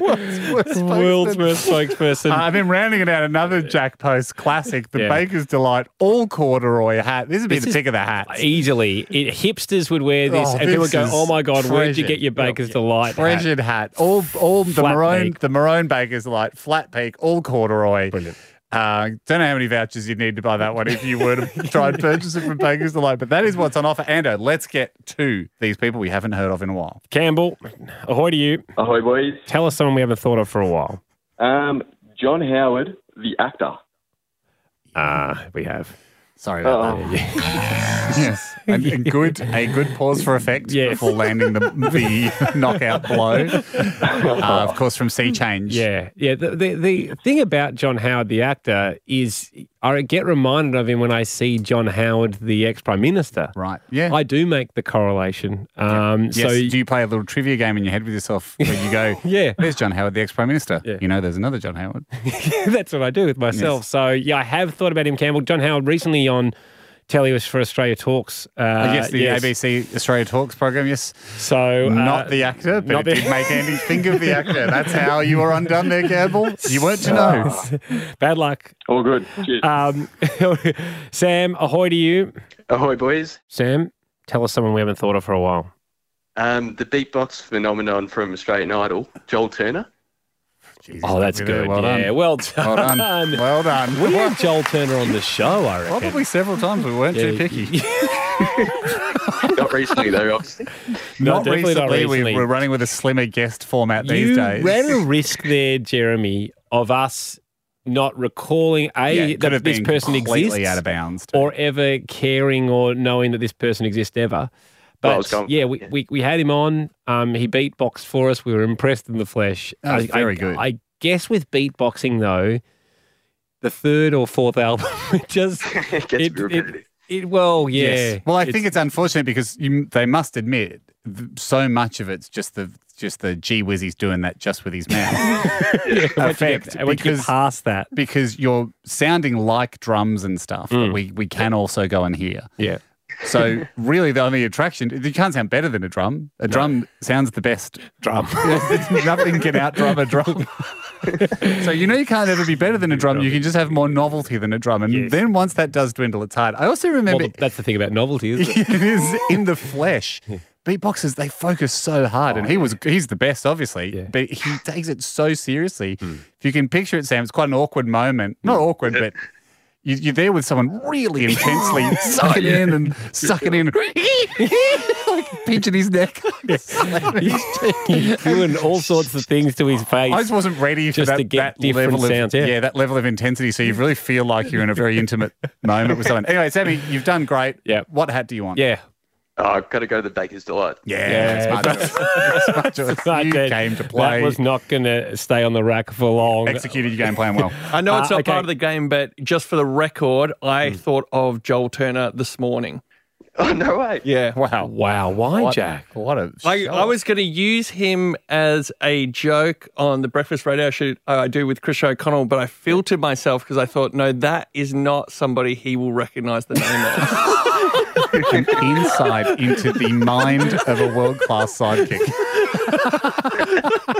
S3: World's worst spokesperson.
S4: Uh, I've been rounding it out another Jack Post classic, the
S3: Yeah.
S4: Baker's Delight all corduroy hat. This would be
S3: This
S4: the
S3: is-
S4: tick of the hat.
S3: Easily, it, hipsters would wear this,
S4: Oh,
S3: and people would
S4: this
S3: go,
S4: is
S3: "Oh my god, where'd you
S4: treasure.
S3: get your Baker's delight?" hat?"
S4: Treasured hat. All all the
S3: Flat
S4: maroon
S3: peak.
S4: the maroon Baker's Delight, flat peak, all corduroy.
S3: Brilliant.
S4: Uh, don't know how many vouchers you'd need to buy that one if you were to try and purchase it from Baker's Delight, but that is what's on offer. Ando, let's get to these people we haven't heard of in a while.
S3: Campbell, ahoy to you!
S9: Ahoy, boys.
S3: Tell us someone we haven't thought of for a while.
S9: Um, John Howard, the actor.
S3: Ah, we have.
S4: Sorry about that. Yes. And a good a good pause for effect
S3: Yes.
S4: before landing the, the knockout blow. Uh, of course, from Sea Change.
S3: Yeah, yeah. The, the the thing about John Howard, the actor, is I get reminded of him when I see John Howard, the ex prime minister.
S4: Right. Yeah.
S3: I do make the correlation. Um,
S4: yes.
S3: So
S4: Do you play a little trivia game in your head with yourself where you go,
S3: Yeah.
S4: there's John Howard, the ex Prime Minister.
S3: Yeah.
S4: You know, there's another John Howard.
S3: that's what I do with myself.
S4: Yes.
S3: So yeah, I have thought about him, Campbell. John Howard recently on telly was for Australia Talks. Uh,
S4: yes, the ABC Australia Talks program. Yes.
S3: So uh,
S4: not the actor, but
S3: not
S4: it
S3: the-
S4: did make Andy think of the actor. That's how you were undone there, Campbell. You weren't to know.
S3: bad luck.
S9: All good.
S10: Uh,
S9: Cheers.
S3: Um, Sam, ahoy to you.
S9: Ahoy, boys.
S3: Sam, tell us someone we haven't thought of for a while.
S9: Um, the beatbox phenomenon from Australian Idol, Joel Turner.
S4: Jesus,
S3: Oh, that's
S4: yeah,
S3: good.
S4: Well
S3: yeah,
S4: done.
S3: well done.
S4: Well done. Well done.
S3: We had Joel Turner on the show, I reckon.
S4: Probably several times we weren't too
S3: Yeah.
S4: picky.
S9: Not recently, though, obviously.
S3: No,
S4: not, recently.
S3: definitely not recently.
S4: We, we're running with a slimmer guest format these
S3: you
S4: days.
S3: ran a risk there, Jeremy, of us not recalling a
S4: Yeah, it could
S3: that
S4: have
S3: this
S4: been
S3: person
S4: completely
S3: exists
S4: out of bounds. too.
S3: or ever caring or knowing that this person exists ever.
S9: Well, I
S3: But
S9: was going-
S3: yeah, we, we, we had him on. Um, he beatboxed for us. We were impressed in the flesh.
S4: That was
S3: I-
S4: very
S3: I,
S4: good.
S3: I guess with beatboxing though, the third or fourth album, it just
S9: It gets a bit repetitive.
S3: it- well, yeah.
S4: Yes. Well, I think it's unfortunate because you, they must admit th- so much of it's just the just the gee whiz he's doing that just with his mouth effect
S3: I would get past that.
S4: because you're sounding like drums and stuff.
S3: Mm.
S4: that We we can also go and hear.
S3: Yeah.
S4: So really, the only attraction you can't sound better than a drum. A drum sounds the best.
S3: Drum.
S4: Nothing can outdrum a drum. so you know you can't ever be better than a drum. You can just have more novelty than a drum. And
S3: Yes.
S4: then once that does dwindle, it's hard. I also
S3: Well,
S4: remember
S3: the- that's the thing about novelty, isn't it?
S4: it is in the flesh. Beatboxers, they focus so hard, and he was—he's the best, obviously.
S3: Oh, Yeah. Hmm.
S4: But he takes it so seriously. If you can picture it, Sam, it's quite an awkward moment—not awkward, but you, you're there with someone really intensely,
S3: Oh,
S4: sucking in and sucking in, like pinching his neck.
S3: doing all sorts of things to his face.
S4: I just wasn't ready for
S3: Just
S4: that,
S3: to get
S4: that
S3: different
S4: level of
S3: sounds, yeah.
S4: that level of intensity. So you really feel like you're in a very intimate moment with someone. Anyway, Sammy, you've done great.
S3: Yeah.
S4: What hat do you want?
S3: yeah.
S9: Oh, I've got to go to the Baker's Delight.
S4: Yeah, smart choice. Smart choice.
S3: Right
S4: you
S3: then.
S4: came to play.
S3: That was not going to stay on the rack for long.
S4: executed your game plan well.
S5: I know it's
S3: Uh,
S5: not
S3: okay. Hmm.
S5: part of the game, but just for the record, I thought of Joel Turner this morning.
S9: Oh, no way.
S5: Yeah.
S4: Wow.
S3: Wow. Why, Jack?
S4: What a
S5: I,
S4: show.
S5: I was going to use him as a joke on the breakfast radio show I do with Chris O'Connell, but I filtered myself because I thought, no, that is not somebody he will recognize the name of.
S4: an insight into the mind of a world class sidekick.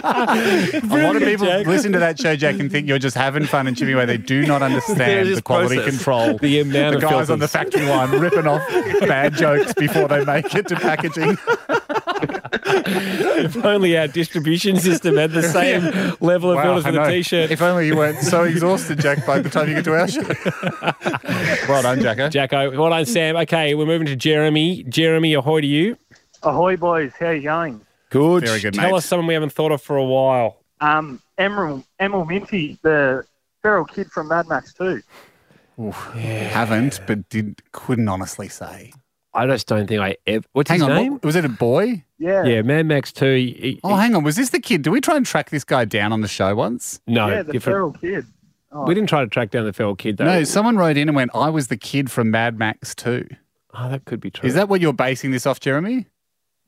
S4: a lot of people
S3: Jack.
S4: listen to that show, Jack, and think you're just having fun and chipping away. They do not
S5: There's
S4: understand
S5: this
S4: the quality
S5: process.
S4: control.
S3: The amount
S4: the
S3: of
S4: guys on the
S3: filters.
S4: factory line ripping off bad jokes before they make it to packaging.
S3: If only our distribution system had the same level of
S4: Wow,
S3: filters
S4: I
S3: for the
S4: know.
S3: t-shirt.
S4: If only you weren't so exhausted, Jack, by the time you get to our show. well done, Jacko.
S3: Jacko, well done, Sam. Okay, we're moving to Jeremy. Jeremy, ahoy to you.
S10: Ahoy, boys. How you going?
S3: Good.
S4: Very good,
S3: Tell
S4: mate.
S3: us someone we haven't thought of for a while.
S10: Um, Emerald, Emerald Minty, the feral kid from Mad Max 2.
S4: Haven't, but did couldn't honestly say.
S3: I just don't think I ever. What's
S4: Hang
S3: his
S4: on,
S3: name?
S4: what- was it a boy?
S10: Yeah.
S3: Yeah, Mad Max Two. he-
S4: Oh, hang on, was this the kid? Did we try and track this guy down on the show once?
S3: no,
S10: yeah, the
S3: different.
S10: feral kid. Oh,
S3: We didn't try to track down the feral kid though.
S4: No, someone wrote in and went, "I was the kid from Mad Max 2."
S3: oh, that could be true.
S4: Is that what you're basing this off, Jeremy?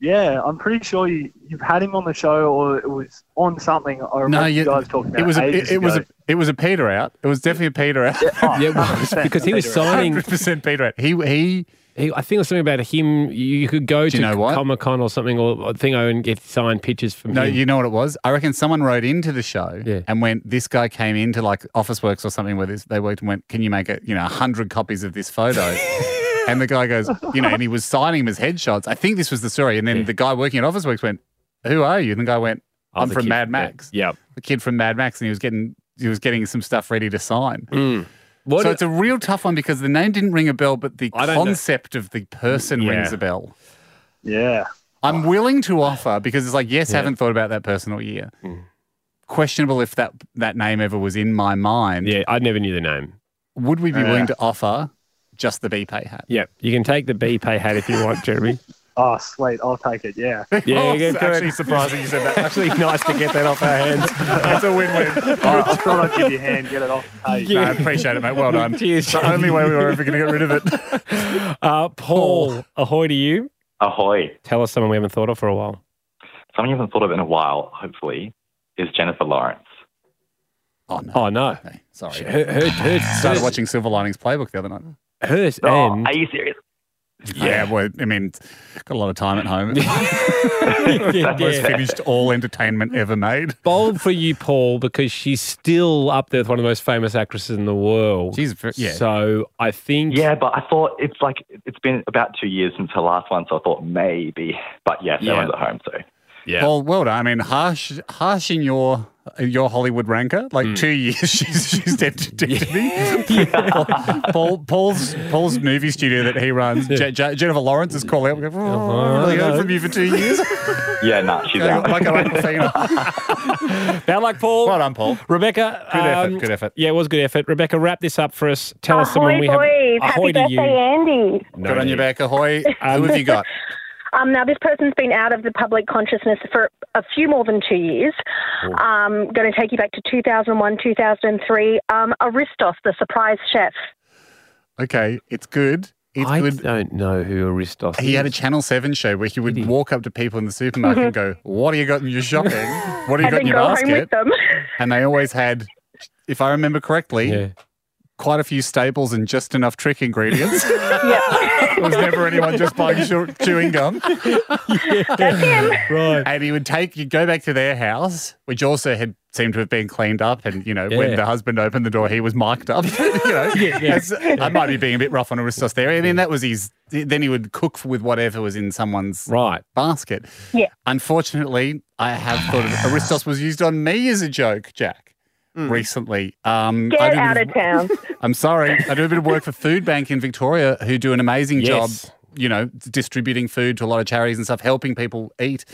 S10: yeah, I'm pretty sure you, you've had him on the show or it was on something. I remember
S4: No,
S10: you,
S4: you-
S10: guys talking about
S4: It was a,
S10: ages
S4: it, it was a,
S10: ago.
S4: it was a Peter out. It was definitely a Peter out.
S10: Oh,
S3: Yeah, well, because he was signing.
S4: Hundred percent Peter out. He he.
S3: He, I think it was something about him. You you could go
S4: Do
S3: to
S4: you know what?
S3: Comic Con or something, or, or thing, oh, and get signed pictures from
S4: No,
S3: him.
S4: you know what it was. I reckon someone wrote into the show
S3: Yeah.
S4: and went, "This guy came into like Office Works or something where this, they worked and went, can you make a you know hundred copies of this photo?" and the guy goes, you know, and he was signing him as headshots. I think this was the story. And then the guy working at Office Works went, "Who are you?" And the guy went,
S3: I
S4: "I'm
S3: was a
S4: from
S3: kid.
S4: Mad Max."
S3: Yeah. Yep.
S4: the kid from Mad Max, and he was getting he was getting some stuff ready to sign.
S3: What?
S4: Hmm. so it's a real tough one because the name didn't ring a bell, but the
S3: I don't know.
S4: concept of the person
S3: Yeah.
S4: rings a bell.
S10: yeah.
S4: I'm willing to offer because it's like yes, haven't thought about that person all year.
S3: Hmm.
S4: Questionable if that that name ever was in my mind.
S3: yeah, I never knew the name.
S4: Would we be
S10: Yeah.
S4: willing to offer just the BPay hat?
S3: Yep. You can take the B pay hat if you want, Jeremy.
S10: Oh, sweet. I'll take it. Yeah.
S3: Yeah,
S4: Oh,
S3: yeah,
S4: it's
S3: good.
S4: actually surprising you said that.
S3: Actually, nice to get that off our hands.
S4: That's a win-win.
S10: I, I thought I'd give you a hand, get it off. Hey,
S4: No, I appreciate it, mate. Well done.
S3: Cheers,
S4: It's the only way we were ever going to get rid of it.
S3: Uh, Paul, ahoy to you.
S11: Ahoy.
S3: Tell us someone we haven't thought of for a while.
S11: Something you haven't thought of in a while, hopefully, is Jennifer Lawrence.
S4: Oh no.
S3: Oh no,
S4: Okay, Sorry.
S3: her, her, her,
S4: Started watching Silver Linings Playbook the other night.
S3: hers
S11: Oh,
S3: and
S11: are you serious?
S4: Yeah, well, I mean, got a lot of time at home. Almost
S3: Yeah.
S4: finished all entertainment ever made.
S3: bold for you, Paul, because she's still up there with one of the most famous actresses in the world.
S4: She's ver- yeah.
S3: So I think
S11: Yeah, but I thought it's like it's been about two years since her last one, so I thought maybe. But yeah, no
S3: Yeah.
S11: one's at home, so
S3: Yeah.
S4: Well, well done. I mean, harsh, harsh in your in your Hollywood ranker. Like two years, she's she's dead to, dead to me. Paul, Paul's Paul's movie studio that he runs. Je- Je- Jennifer Lawrence is calling up. going, Oh, I haven't really heard from you for two years.
S11: yeah, nah, she's out.
S4: like an Aquafina.
S3: bad luck, Paul.
S4: Well done, Paul.
S3: Rebecca.
S4: Good effort,
S3: um,
S4: good effort.
S3: Yeah, it was good effort. Rebecca, wrap this up for us. Tell us someone we have. Ahoy to you.
S10: Andy.
S3: No
S4: Good on your
S3: need.
S4: back, ahoy. Who have you got?
S10: Um, now, this person's been out of the public consciousness for a few more than two years. Um, going to take you back to 2001, 2003. Um, Aristos, the surprise chef.
S4: Okay, it's good. It
S3: I
S4: would-
S3: don't know who Aristos
S4: He
S3: is.
S4: had a Channel 7 show where he would walk up to people in the supermarket and go, What do you got in your shopping? What do you
S10: and
S4: got in
S10: then
S4: your
S10: go
S4: basket?
S10: home with them.
S4: And they always had, if I remember correctly, quite a few staples and just enough trick ingredients. there was never anyone just buying chew- chewing gum.
S3: Right.
S4: And he would take you go back to their house, which also had seemed to have been cleaned up. And you know, when
S3: Yeah.
S4: the husband opened the door, he was mic'd up. you know,
S3: Yeah, yeah.
S4: That's- I might be being a bit rough on Aristos there. I mean, that was his. Then he would cook with whatever was in someone's
S3: right
S4: basket.
S10: Yeah.
S4: Unfortunately, I have thought of Aristos was used on me as a joke, Jack, recently. Um,
S10: Get
S4: I did a
S10: out
S4: bit
S10: of town.
S4: I'm sorry. I do a bit of work for Food Bank in Victoria, who do an amazing
S3: Yes.
S4: job, you know, distributing food to a lot of charities and stuff, helping people eat.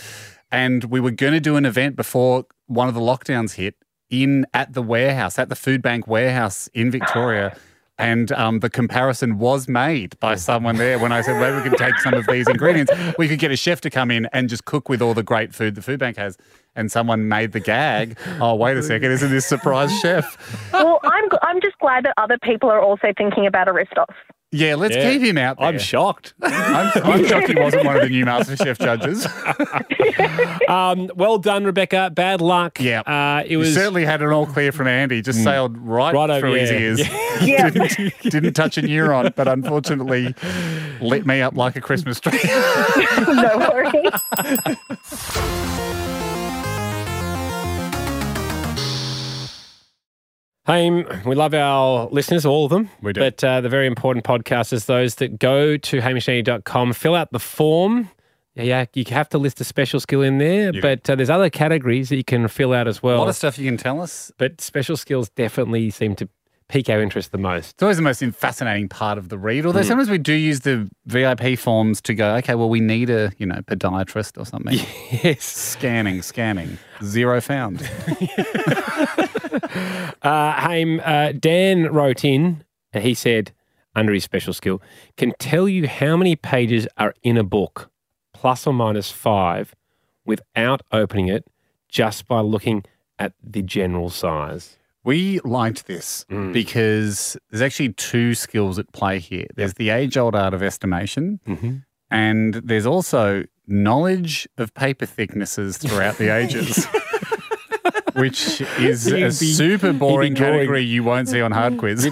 S4: And we were going to do an event before one of the lockdowns hit in at the warehouse, at the Food Bank warehouse in Victoria. And um, the comparison was made by someone there when I said, well, we can take some of these ingredients. We could get a chef to come in and just cook with all the great food the food bank has. And someone made the gag. Oh, wait a second. Isn't this surprise chef?
S10: well, I'm gl- I'm just glad that other people are also thinking about Aristos.
S4: Yeah, let's
S3: Yeah.
S4: keep him out there.
S3: I'm shocked.
S4: I'm, I'm shocked he wasn't one of the new MasterChef judges.
S3: Um, well done, Rebecca. Bad luck.
S4: Yeah.
S3: Uh, it
S4: He
S3: was
S4: certainly had an all clear from Andy, just sailed right,
S3: Right over-
S4: through his
S3: yeah.
S4: ears.
S10: Yeah.
S4: didn't, didn't touch a neuron, but unfortunately lit me up like a Christmas tree.
S10: no worries.
S3: Haim, we love our listeners, all of them.
S4: We do.
S3: But uh, the very important podcast is those that go to hamishandy.com, fill out the form. Yeah, yeah, you have to list a special skill in there,
S4: You do.
S3: but uh, there's other categories that you can fill out as
S4: a
S3: well.
S4: lot of stuff you can tell us.
S3: but special skills definitely seem to pique our interest the most.
S4: It's always the most fascinating part of the read. Although sometimes we do use the VIP forms to go, okay, well, we need a you know podiatrist or something.
S3: Yes.
S4: Scanning, scanning, zero found.
S3: Uh, Haim, uh, Dan wrote in, and he said, under his special skill, can tell you how many pages are in a book, plus or minus five, without opening it, just by looking at the general size.
S4: We liked this
S3: Mm.
S4: because there's actually two skills at play here. There's the age old art of estimation,
S3: Mm-hmm.
S4: and there's also knowledge of paper thicknesses throughout the ages. Which is
S3: He'd
S4: a
S3: be- Hmm.
S4: super boring
S3: drawing-
S4: category you won't see on hard quiz.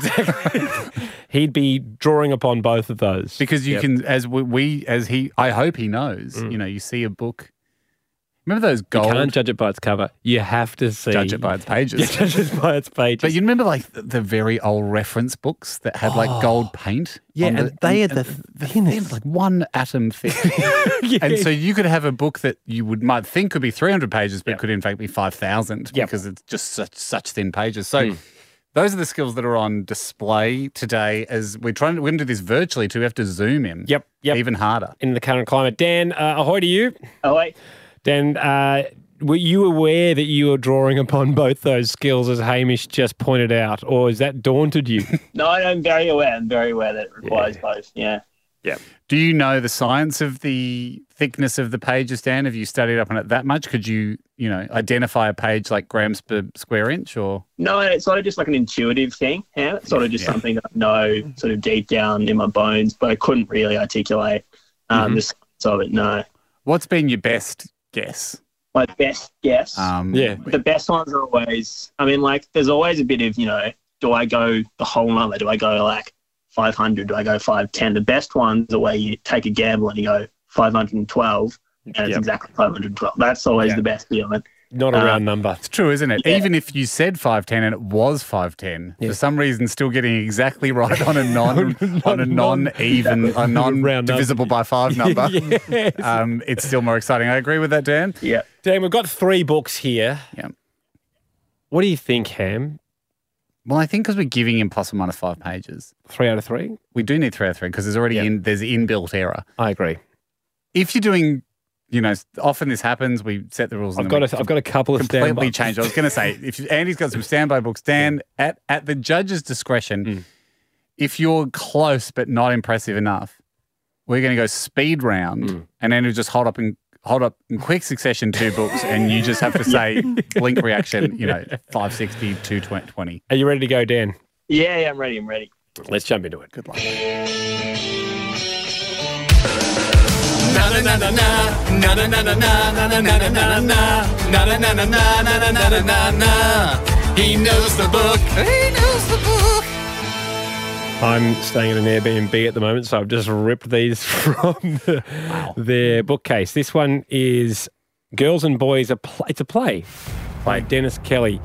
S3: He'd be drawing upon both of those.
S4: because you
S3: Yep. Hmm.
S4: can, as we, we, as he, I hope he knows, you know, you see a book. Remember those
S3: you
S4: gold?
S3: can't judge it by its cover. You have to see.
S4: judge it by its pages.
S3: Yeah, judge it by its pages.
S4: But you remember like the, the very old reference books that had like gold paint?
S3: Yeah,
S4: on the-
S3: and they are the
S4: thin-
S3: thinnest.
S4: like one atom thick.
S3: Yeah.
S4: And so you could have a book that you would might think could be 300 pages, but could in fact be 5,000
S3: Yep.
S4: because it's just such, such thin pages. So those are the skills that are on display today as we're trying to, we're going to do this virtually too. We have to zoom in.
S3: Yep, yep.
S4: Even harder.
S3: in the current climate. Dan, uh, ahoy to you.
S12: Ahoy.
S3: Dan, uh, were you aware that you were drawing upon both those skills as Hamish just pointed out, or has that daunted you?
S12: No, I'm very aware. I'm very aware that it requires both. Yeah.
S4: Do you know the science of the thickness of the pages, Dan? Have you studied up on it that much? Could you, you know, identify a page like grams per square inch or?
S12: No, it's sort of just like an intuitive thing. Yeah. It's sort of just something that I know sort of deep down in my bones, but I couldn't really articulate
S10: Mm-hmm.
S12: um, the science of it. No.
S4: What's been your best guess?
S12: My best guess.
S10: Ah.
S4: Um,
S3: Yeah.
S12: the best ones are always, I mean, like, there's always a bit of, you know, do I go the whole number? Do I go like 500? Do I go 510? The best ones are where you take a gamble and you go 512, and it's
S3: Yep.
S12: exactly 512. That's always
S4: Yeah.
S12: the best feeling.
S3: Not a
S12: Uh,
S3: round number.
S4: It's true, isn't it?
S12: Yeah.
S4: Even if you said five ten and it was five ten,
S3: Yeah.
S4: for some reason, still getting exactly right on a non on a non even a non
S3: Round up.
S4: divisible by five number.
S3: yes.
S4: um, it's still more exciting. I agree with that, Dan.
S12: Yeah.
S3: Dan, we've got three books here.
S4: Yep.
S3: What do you think, Ham?
S4: Well, I think because we're giving him plus or minus five pages,
S3: Three out of three?
S4: we do need three out of three because there's already
S3: Yeah.
S4: in, there's inbuilt error.
S3: I agree.
S4: If you're doing, you know, often this happens. We set the rules. and
S3: I've
S4: then
S3: got
S4: we
S3: a, I've got a couple of
S4: completely
S3: standby.
S4: changed. I was going to say, if you- Andy's got some standby books, Dan, at, at the judge's discretion,
S3: Mm.
S4: if you're close but not impressive enough, we're going to go speed round,
S3: Mm.
S4: and Andy will just hold up and hold up in quick succession two books, and you just have to say blink reaction, you know, 560, 220.
S3: Are you ready to go, Dan?
S12: Yeah, yeah, I'm ready. I'm ready.
S3: Let's jump into it. Good luck.
S8: Na na na na na na na na na na na na na na na na na na na na na na na na. He knows the book. He knows the book.
S3: I'm staying in an Airbnb at the moment, so I've just ripped these from the, their bookcase. This one is "Girls and Boys." A pl- it's a play by Dennis Kelly.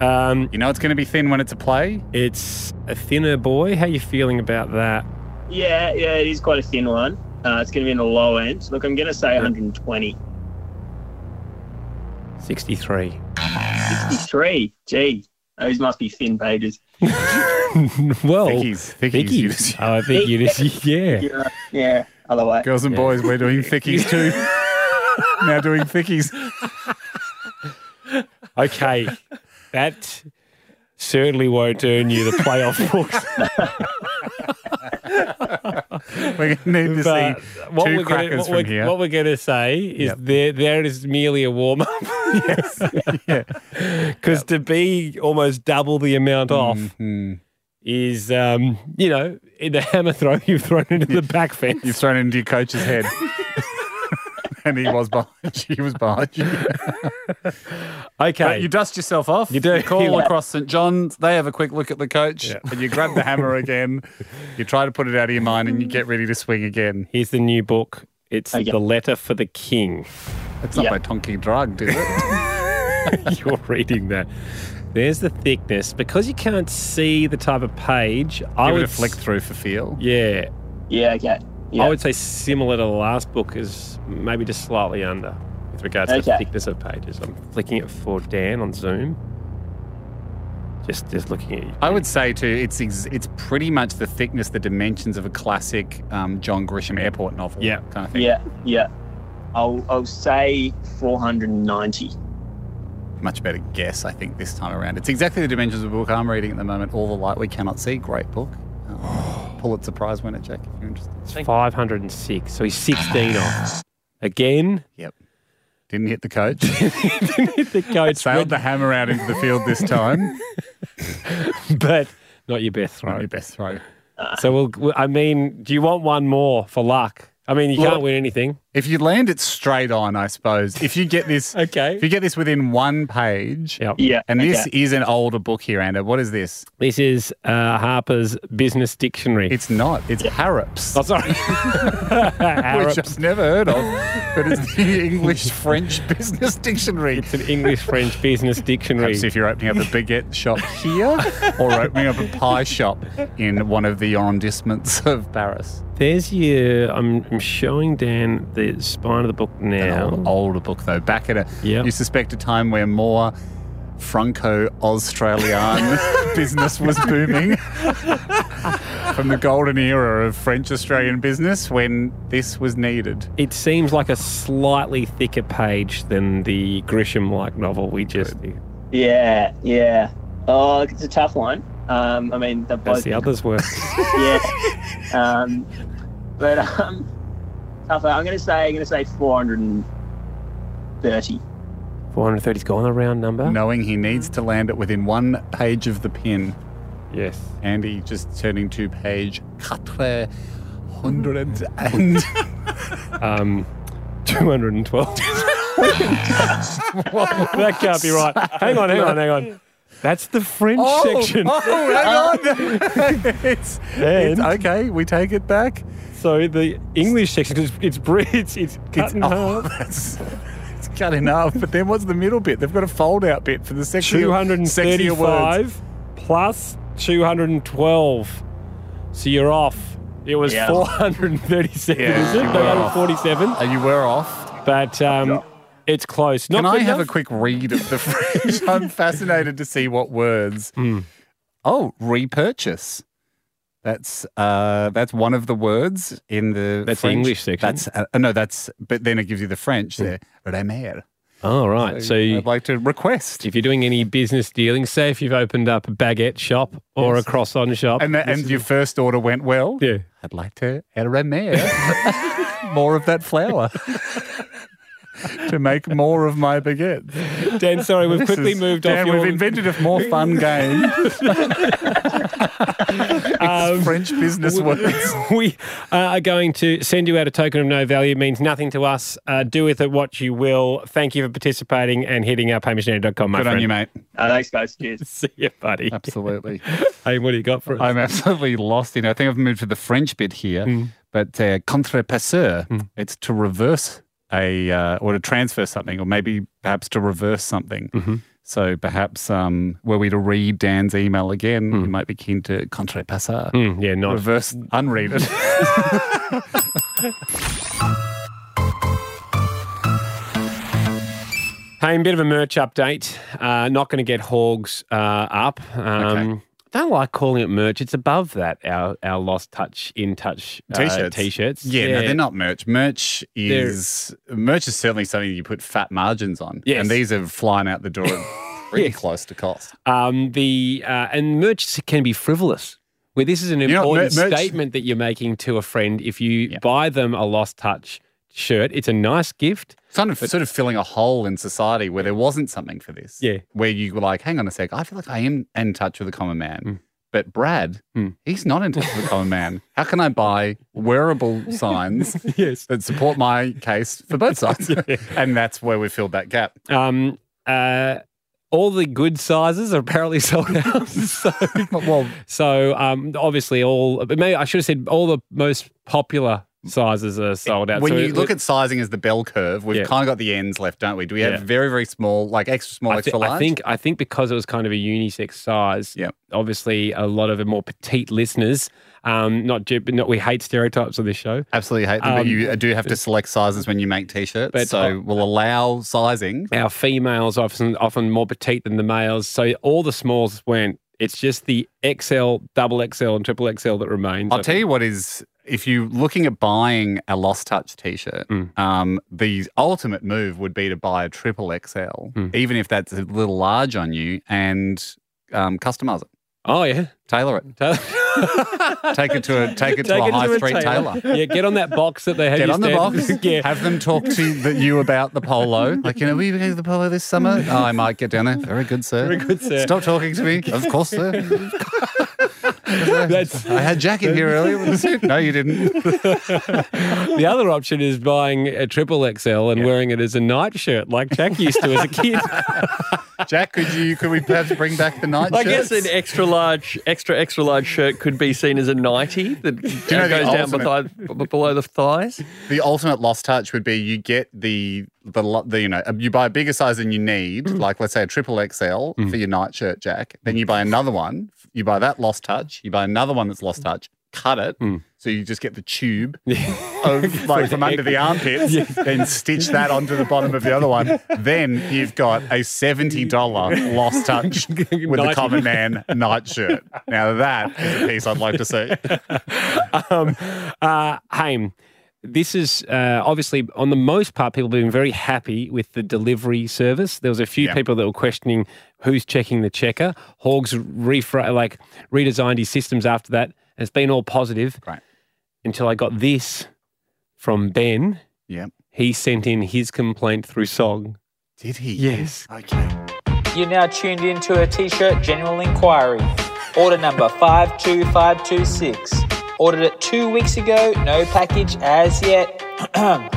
S3: Um,
S4: you know it's going to be thin when it's a play.
S3: It's a thinner boy. How you feeling about that?
S12: Yeah, yeah, it is quite a thin one. Uh, it's going to be in the low end. Look, I'm going to say 120.
S3: Sixty-three.
S12: 63. Gee, those must be thin pages.
S3: well,
S4: Thickies, thickies.
S3: Oh, Thickies. Oh, I think Eunice. Yeah.
S12: Yeah, yeah otherwise.
S4: Girls and boys, we're doing thickies too. now doing thickies.
S3: Okay, that certainly won't earn you the playoff books.
S4: We're going to need to
S3: But
S4: see
S3: what
S4: 2
S3: we're gonna-
S4: crackers
S3: what we're-
S4: from here.
S3: What we're going to say is there, there is merely a warm up. yes. Because to be almost double the amount off
S4: Mm-hmm.
S3: is, um, you know, in the hammer throw you've thrown into the back fence.
S4: You've thrown it into your coach's head. and he was behind you. He was behind you.
S3: Okay.
S4: But you dust yourself off.
S3: You do.
S4: call
S3: Yeah.
S4: across St. John's. They have a quick look at the coach. And you grab the hammer again. You try to put it out of your mind and you get ready to swing again.
S3: Here's the new book. It's
S4: Okay.
S3: The Letter for the King.
S4: It's not by Tonky Drugged, is it?
S3: You're reading that. There's the thickness. Because you can't see the type of page, I
S4: Give
S3: would
S4: it a flick through for feel.
S3: Yeah.
S12: Yeah, okay. Yeah.
S3: I would say similar to the last book is maybe just slightly under with regards to the
S12: Okay.
S3: thickness of pages. I'm flicking it for Dan on Zoom. Just just looking at you.
S4: I would say too, it's ex- it's pretty much the thickness, the dimensions of a classic um, John Grisham airport novel.
S3: Yeah.
S4: kind of thing.
S12: Yeah, yeah. I'll, I'll say 490.
S4: much better guess, I think, this time around. It's exactly the dimensions of the book I'm reading at the moment. All the light we cannot see. Great book. Um, Pulitzer Prize winner, Jack. If you're interested.
S3: It's 506. So he's 16 off. Again,
S4: Yep. Didn't hit the coach.
S3: the coach,
S4: Sailed the hammer out into the field this time.
S3: but not your best throw.
S4: Not your best throw.
S3: So we'll, we- I mean, do you want one more for luck? I mean, you can't
S4: Look.
S3: win anything.
S4: If you land it straight on, I suppose. If you get this,
S3: Okay.
S4: if you get this within one page,
S3: Yep.
S12: Yeah.
S4: and this
S12: okay.
S4: is an older book here, Anna. What is this?
S3: This is uh, Harper's Business Dictionary.
S4: It's not. It's Harrops.
S3: oh, sorry.
S4: which I've never heard of, but it's the English French Business Dictionary.
S3: It's an English French business dictionary.
S4: Perhaps if you're opening up a baguette shop here or opening up a pie shop in one of the arrondissements of Paris.
S3: There's your. I'm, I'm showing Dan the spine of the book
S4: An
S3: now.
S4: old, older book, though. Back at a,
S3: Yep.
S4: you suspect a time where more Franco Australian business was booming from the golden era of French Australian business when this was needed.
S3: It seems like a slightly thicker page than the Grisham-like novel we just. did.
S12: Yeah, yeah. Oh, look, it's a tough one. Um, I mean, they're
S3: As
S12: both
S3: the others were.
S12: yeah. Um, but um, tough. I'm gonna say I'm gonna say 430.
S3: 430's gone a round number.
S4: Knowing he needs to land it within one page of the pin.
S3: Yes.
S4: Andy just turning to page 400 and
S3: Um, 212. that can't be right. Hang on, hang on, hang on. That's the French section.
S4: Oh, hang on. it's,
S3: And-
S4: it's- okay, we take it back.
S3: So the English section, it's it's bre- it's, it's cut
S4: It's,
S3: in
S4: oh,
S3: half.
S4: that's, it's cut in half. But then what's the middle bit? They've got a fold out bit for the sexier, sexier words.
S3: 235 plus 212. So you're off. It was
S12: Yeah.
S3: 437,
S4: Yeah,
S3: is
S4: you
S3: it?
S4: were off.
S3: 447.
S4: Uh, you were off.
S3: But um, it's close. Not
S4: Can I
S3: good
S4: have a
S3: enough?
S4: quick read of the French? I'm fascinated to see what words.
S3: Hmm.
S4: Oh, repurchase. That's uh, that's one of the words in the
S3: That's the
S4: French.
S3: English section.
S4: That's uh, no, that's but then it gives you the French there. Remer.
S3: Oh, right. So,
S4: I'd like to request.
S3: if you're doing any business dealing, say if you've opened up a baguette shop or a croissant shop.
S4: And, the,
S3: this
S4: and
S3: is-
S4: your first order went well.
S3: yeah.
S4: I'd like to remer more of that flour to make more of my baguette.
S3: Dan, sorry, we've quickly moved off
S4: Dan,
S3: your...
S4: we've invented a more fun game.
S3: Um, Um,
S4: French business
S3: we,
S4: words.
S3: We uh, are going to send you out a token of no value. It means nothing to us. Uh, do with it what you will. Thank you for participating and hitting up hamishnetty.com, my
S4: Good
S3: friend.
S4: on you, mate.
S12: thanks, guys. Cheers.
S3: See you, buddy.
S4: Absolutely.
S3: hey, what do you got for us?
S4: I'm absolutely lost in. I think I've moved to the French bit here, but uh, contrepasseur, it's to reverse a uh, or to transfer something, or maybe perhaps to reverse something. So perhaps um, were we to read Dan's email again, you might be keen to contrepasseur.
S3: Mm, yeah, nice.
S4: reverse, unread it.
S3: Hey, a bit of a merch update. Uh, not going to get hogs uh, up. Um, Don't like calling it merch. It's above that. Our our lost touch, in touch uh,
S4: T-shirts,
S3: T-shirts.
S4: Yeah, no, they're not merch. Merch
S3: They're-
S4: is merch is certainly something you put fat margins on.
S3: Yes.
S4: and these are flying out the door pretty close to cost.
S3: Um, the uh, and merch can be frivolous. Where this is an
S4: You know, mer-
S3: important
S4: merch-
S3: statement that you're making to a friend. If you buy them a lost touch shirt, it's a nice gift.
S4: Kind of sort of filling a hole in society where there wasn't something for this.
S3: Yeah.
S4: where you were like, hang on a sec, I feel like I am in touch with the common man.
S3: Hmm.
S4: But Brad, he's not in touch with the common man. How can I buy wearable signs
S3: yes.
S4: that support my case for both sides? and that's where we filled that gap.
S3: Um, uh, all the good sizes are apparently sold out. so,
S4: well,
S3: so um, obviously all. but Maybe I should have said all the most popular sizes are sold out.
S4: When
S3: So
S4: you
S3: it-
S4: look at sizing as the bell curve, we've
S3: Yeah.
S4: kind of got the ends left, don't we? Do we have
S3: Yeah.
S4: very, very small, like extra small,
S3: I, thi-
S4: extra large?
S3: I think I think because it was kind of a unisex size.
S4: Yep.
S3: Obviously, a lot of the more petite listeners. Um, not ju- not we hate stereotypes on this show.
S4: Absolutely hate them, but
S3: Um,
S4: you do have to select sizes when you make t-shirts.
S3: But
S4: so
S3: I-
S4: we'll allow sizing.
S3: Our females often often more petite than the males, so all the smalls went. It's just the XL, double XL, and triple XL that remains.
S4: I'll tell you what is if you're looking at buying a Lost Touch t-shirt, um, the ultimate move would be to buy a triple XL, even if that's a little large on you, and um, customize it,
S3: Oh yeah.
S4: tailor it, take it to a take it to a high street tailor.
S3: Yeah, get on that box that they have.
S4: Get
S3: you
S4: on the
S3: stand-
S4: box.
S3: yeah.
S4: Have them talk to the, you about the polo. Like, you know, we going to the polo this summer? Oh, I might get down there. Very good, sir.
S3: Very good, sir.
S4: Stop talking to me. Of course, sir.
S3: That's,
S4: I had Jack in here earlier with the suit. No, you didn't.
S3: the other option is buying a triple XL and wearing it as a nightshirt, like Jack used to as a kid.
S4: Jack, could you could we perhaps bring back the night?
S5: I guess
S4: shirts?
S5: an extra large, extra extra large shirt could be seen as a ninety that
S4: know the
S5: goes down below,
S4: ultimate-
S5: b- below the thighs.
S4: the ultimate lost touch would be you get the the, lo- the you know uh, you buy a bigger size than you need,
S5: Mm.
S4: like let's say a triple XL for your nightshirt, Jack. Then you buy another one. You buy that lost touch. You buy another one that's lost touch. Cut it. So you just get the tube of, like from under the armpits, then stitch that onto the bottom of the other one. Then you've got a seventy dollar lost touch with the
S3: Night-
S4: common man nightshirt. Now that is a piece I'd like to see.
S3: um, uh, Haim, this is uh, obviously, on the most part, people have been very happy with the delivery service. There was a few
S4: Yeah.
S3: people that were questioning who's checking the checker. Hogs refra- like redesigned his systems after that. And it's been all positive
S4: Right.
S3: until I got this from Ben.
S4: Yeah.
S3: He sent in his complaint through song.
S4: Did he?
S3: Yes.
S4: Okay.
S13: You're now tuned into a T-shirt general inquiry. Order number 52526. Ordered it two weeks ago, no package as yet.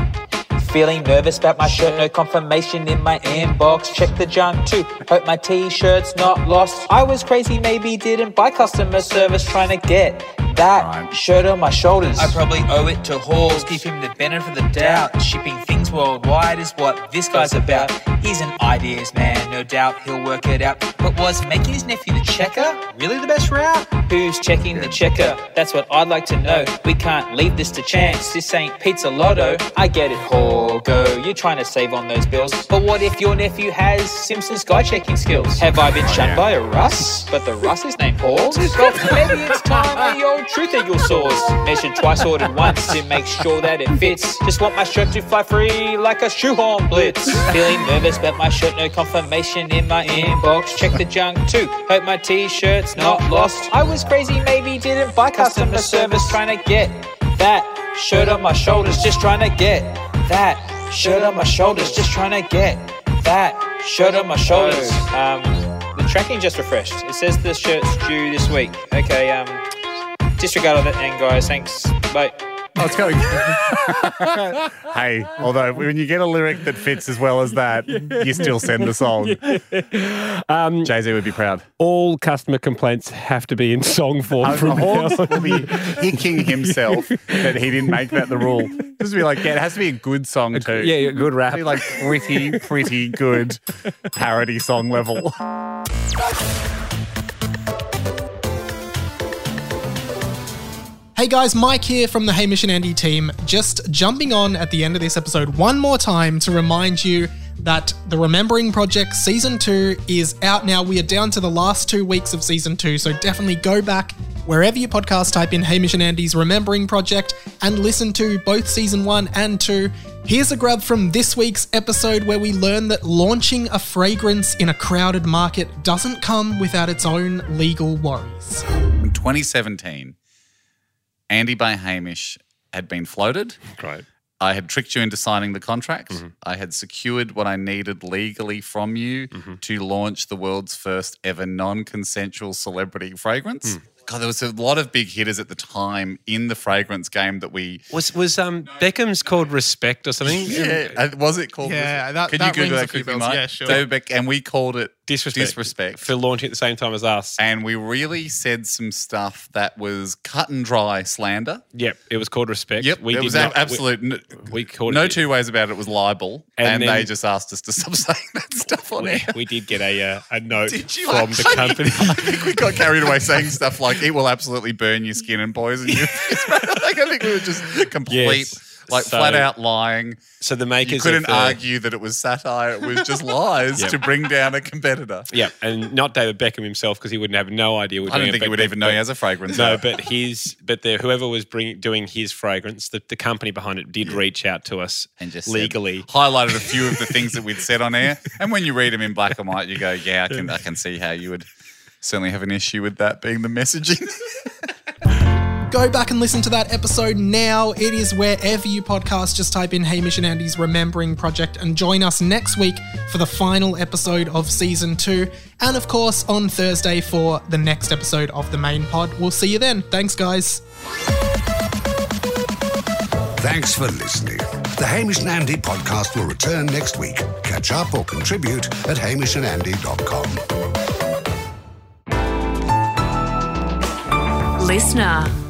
S13: Feeling nervous about my shirt, no confirmation in my inbox. Check the junk too, hope my t-shirt's not lost. I was crazy, maybe didn't buy customer service trying to get that shirt on my shoulders. I probably owe it to Halls, give him the benefit of the doubt. Shipping things worldwide is what this guy's about. He's an ideas man, no doubt he'll work it out. But was making his nephew the checker really the best route? Who's checking the checker? That's what I'd like to know. We can't leave this to chance. This ain't pizza lotto. I get it, Horgo. You're trying to save on those bills. But what if your nephew has Simpson's guy checking skills? Have I been shunned by a Russ? But the Russ is named Halls. But maybe it's time the old truth eagle soars. Measured twice, ordered once to make sure that it fits. Just want my shirt to fly free like a shoehorn blitz. Feeling nervous about my shirt, no confirmation in my inbox. Check the junk too. Hope my t-shirt's not lost. I was crazy, maybe didn't buy customer service. Trying to get that shirt on my shoulders. Just trying to get that shirt on my shoulders. Just trying to get that shirt on my shoulders. Um, the tracking just refreshed. It says the shirt's due this week. Okay, um, disregard all that and guys. Thanks. Bye.
S8: Oh, it's going. hey, although when you get a lyric that fits as well as that, you still send the song.
S14: Um,
S8: Jay Z would be proud.
S14: All customer complaints have to be in song form
S8: Uh,
S14: from now
S8: Horse will
S14: on.
S8: be kicking himself that he didn't make that the rule. Just be like, yeah, it has to be a good song too.
S14: yeah, a good rap.
S8: Be like pretty, pretty good parody song level.
S15: Hey guys, Mike here from the Hamish and Andy team. Just jumping on at the end of this episode one more time to remind you that the Remembering Project Season 2 is out now. We are down to the last two weeks of Season 2, so definitely go back wherever your podcast type in Hamish and Andy's Remembering Project and listen to both Season 1 and 2. Here's a grab from this week's episode where we learn that launching a fragrance in a crowded market doesn't come without its own legal worries.
S4: In 2017, Andy by Hamish had been floated.
S14: Great.
S4: I had tricked you into signing the contract.
S3: Mm-hmm.
S4: I had secured what I needed legally from you
S3: Mm-hmm.
S4: to launch the world's first ever non consensual celebrity fragrance.
S3: Hmm.
S4: God, there was a lot of big hitters at the time in the fragrance game that we.
S3: Was was um Beckham's called Respect or something?
S4: Yeah, uh, was it called?
S3: Yeah,
S4: Respect?
S3: that-
S4: Could
S3: that
S4: you Google
S3: rings
S4: that
S3: a
S4: quickly,
S3: few bells.
S4: Mike?
S3: Yeah, sure.
S4: David Beck- and we called it
S3: Disrespect.
S4: disrespect
S3: for launching at the same time as us.
S4: And we really said some stuff that was cut and dry slander.
S3: Yep, it was called Respect.
S4: Yep,
S3: we
S4: it
S3: did
S4: was
S3: not-
S4: ab- absolute. n-
S3: We, we called
S4: no
S3: it.
S4: two ways about it. It was libel,
S3: And
S4: and,
S3: then-
S4: they just asked us to stop saying that stuff on
S3: We,
S4: air.
S3: we did get a uh, a note
S4: Did you
S3: from the
S4: actually?
S3: company.
S4: I think we got carried away saying stuff like "it will absolutely burn your skin and poison you." like I think we were just complete,
S3: Yes.
S4: like
S3: So-
S4: flat out lying.
S3: So the makers
S4: you
S3: of uh,
S4: couldn't
S3: the-
S4: argue that it was satire; it was just lies
S3: Yep.
S4: to bring down a competitor.
S3: Yeah, and not David Beckham himself because he wouldn't have no idea. We're
S4: I don't
S3: doing it,
S4: think he
S3: but-
S4: would
S3: but-
S4: even know he
S3: but-
S4: has a fragrance
S3: No,
S4: out.
S3: but his, but the whoever was bring, doing his fragrance, the, the company behind it did reach out to us and just
S4: said-
S3: legally
S4: highlighted a few of the things that we'd said on air. And when you read them in black and white, you go, "Yeah, I can, I can see how you would certainly have an issue with that being the messaging."
S15: Go back and listen to that episode now. It is wherever you podcast. Just type in Hamish and Andy's Remembering Project and join us next week for the final episode of season two. And of course, on Thursday for the next episode of the main pod. We'll see you then. Thanks, guys.
S2: Thanks for listening. The Hamish and Andy podcast will return next week. Catch up or contribute at hamishandandy.com.
S9: Listener.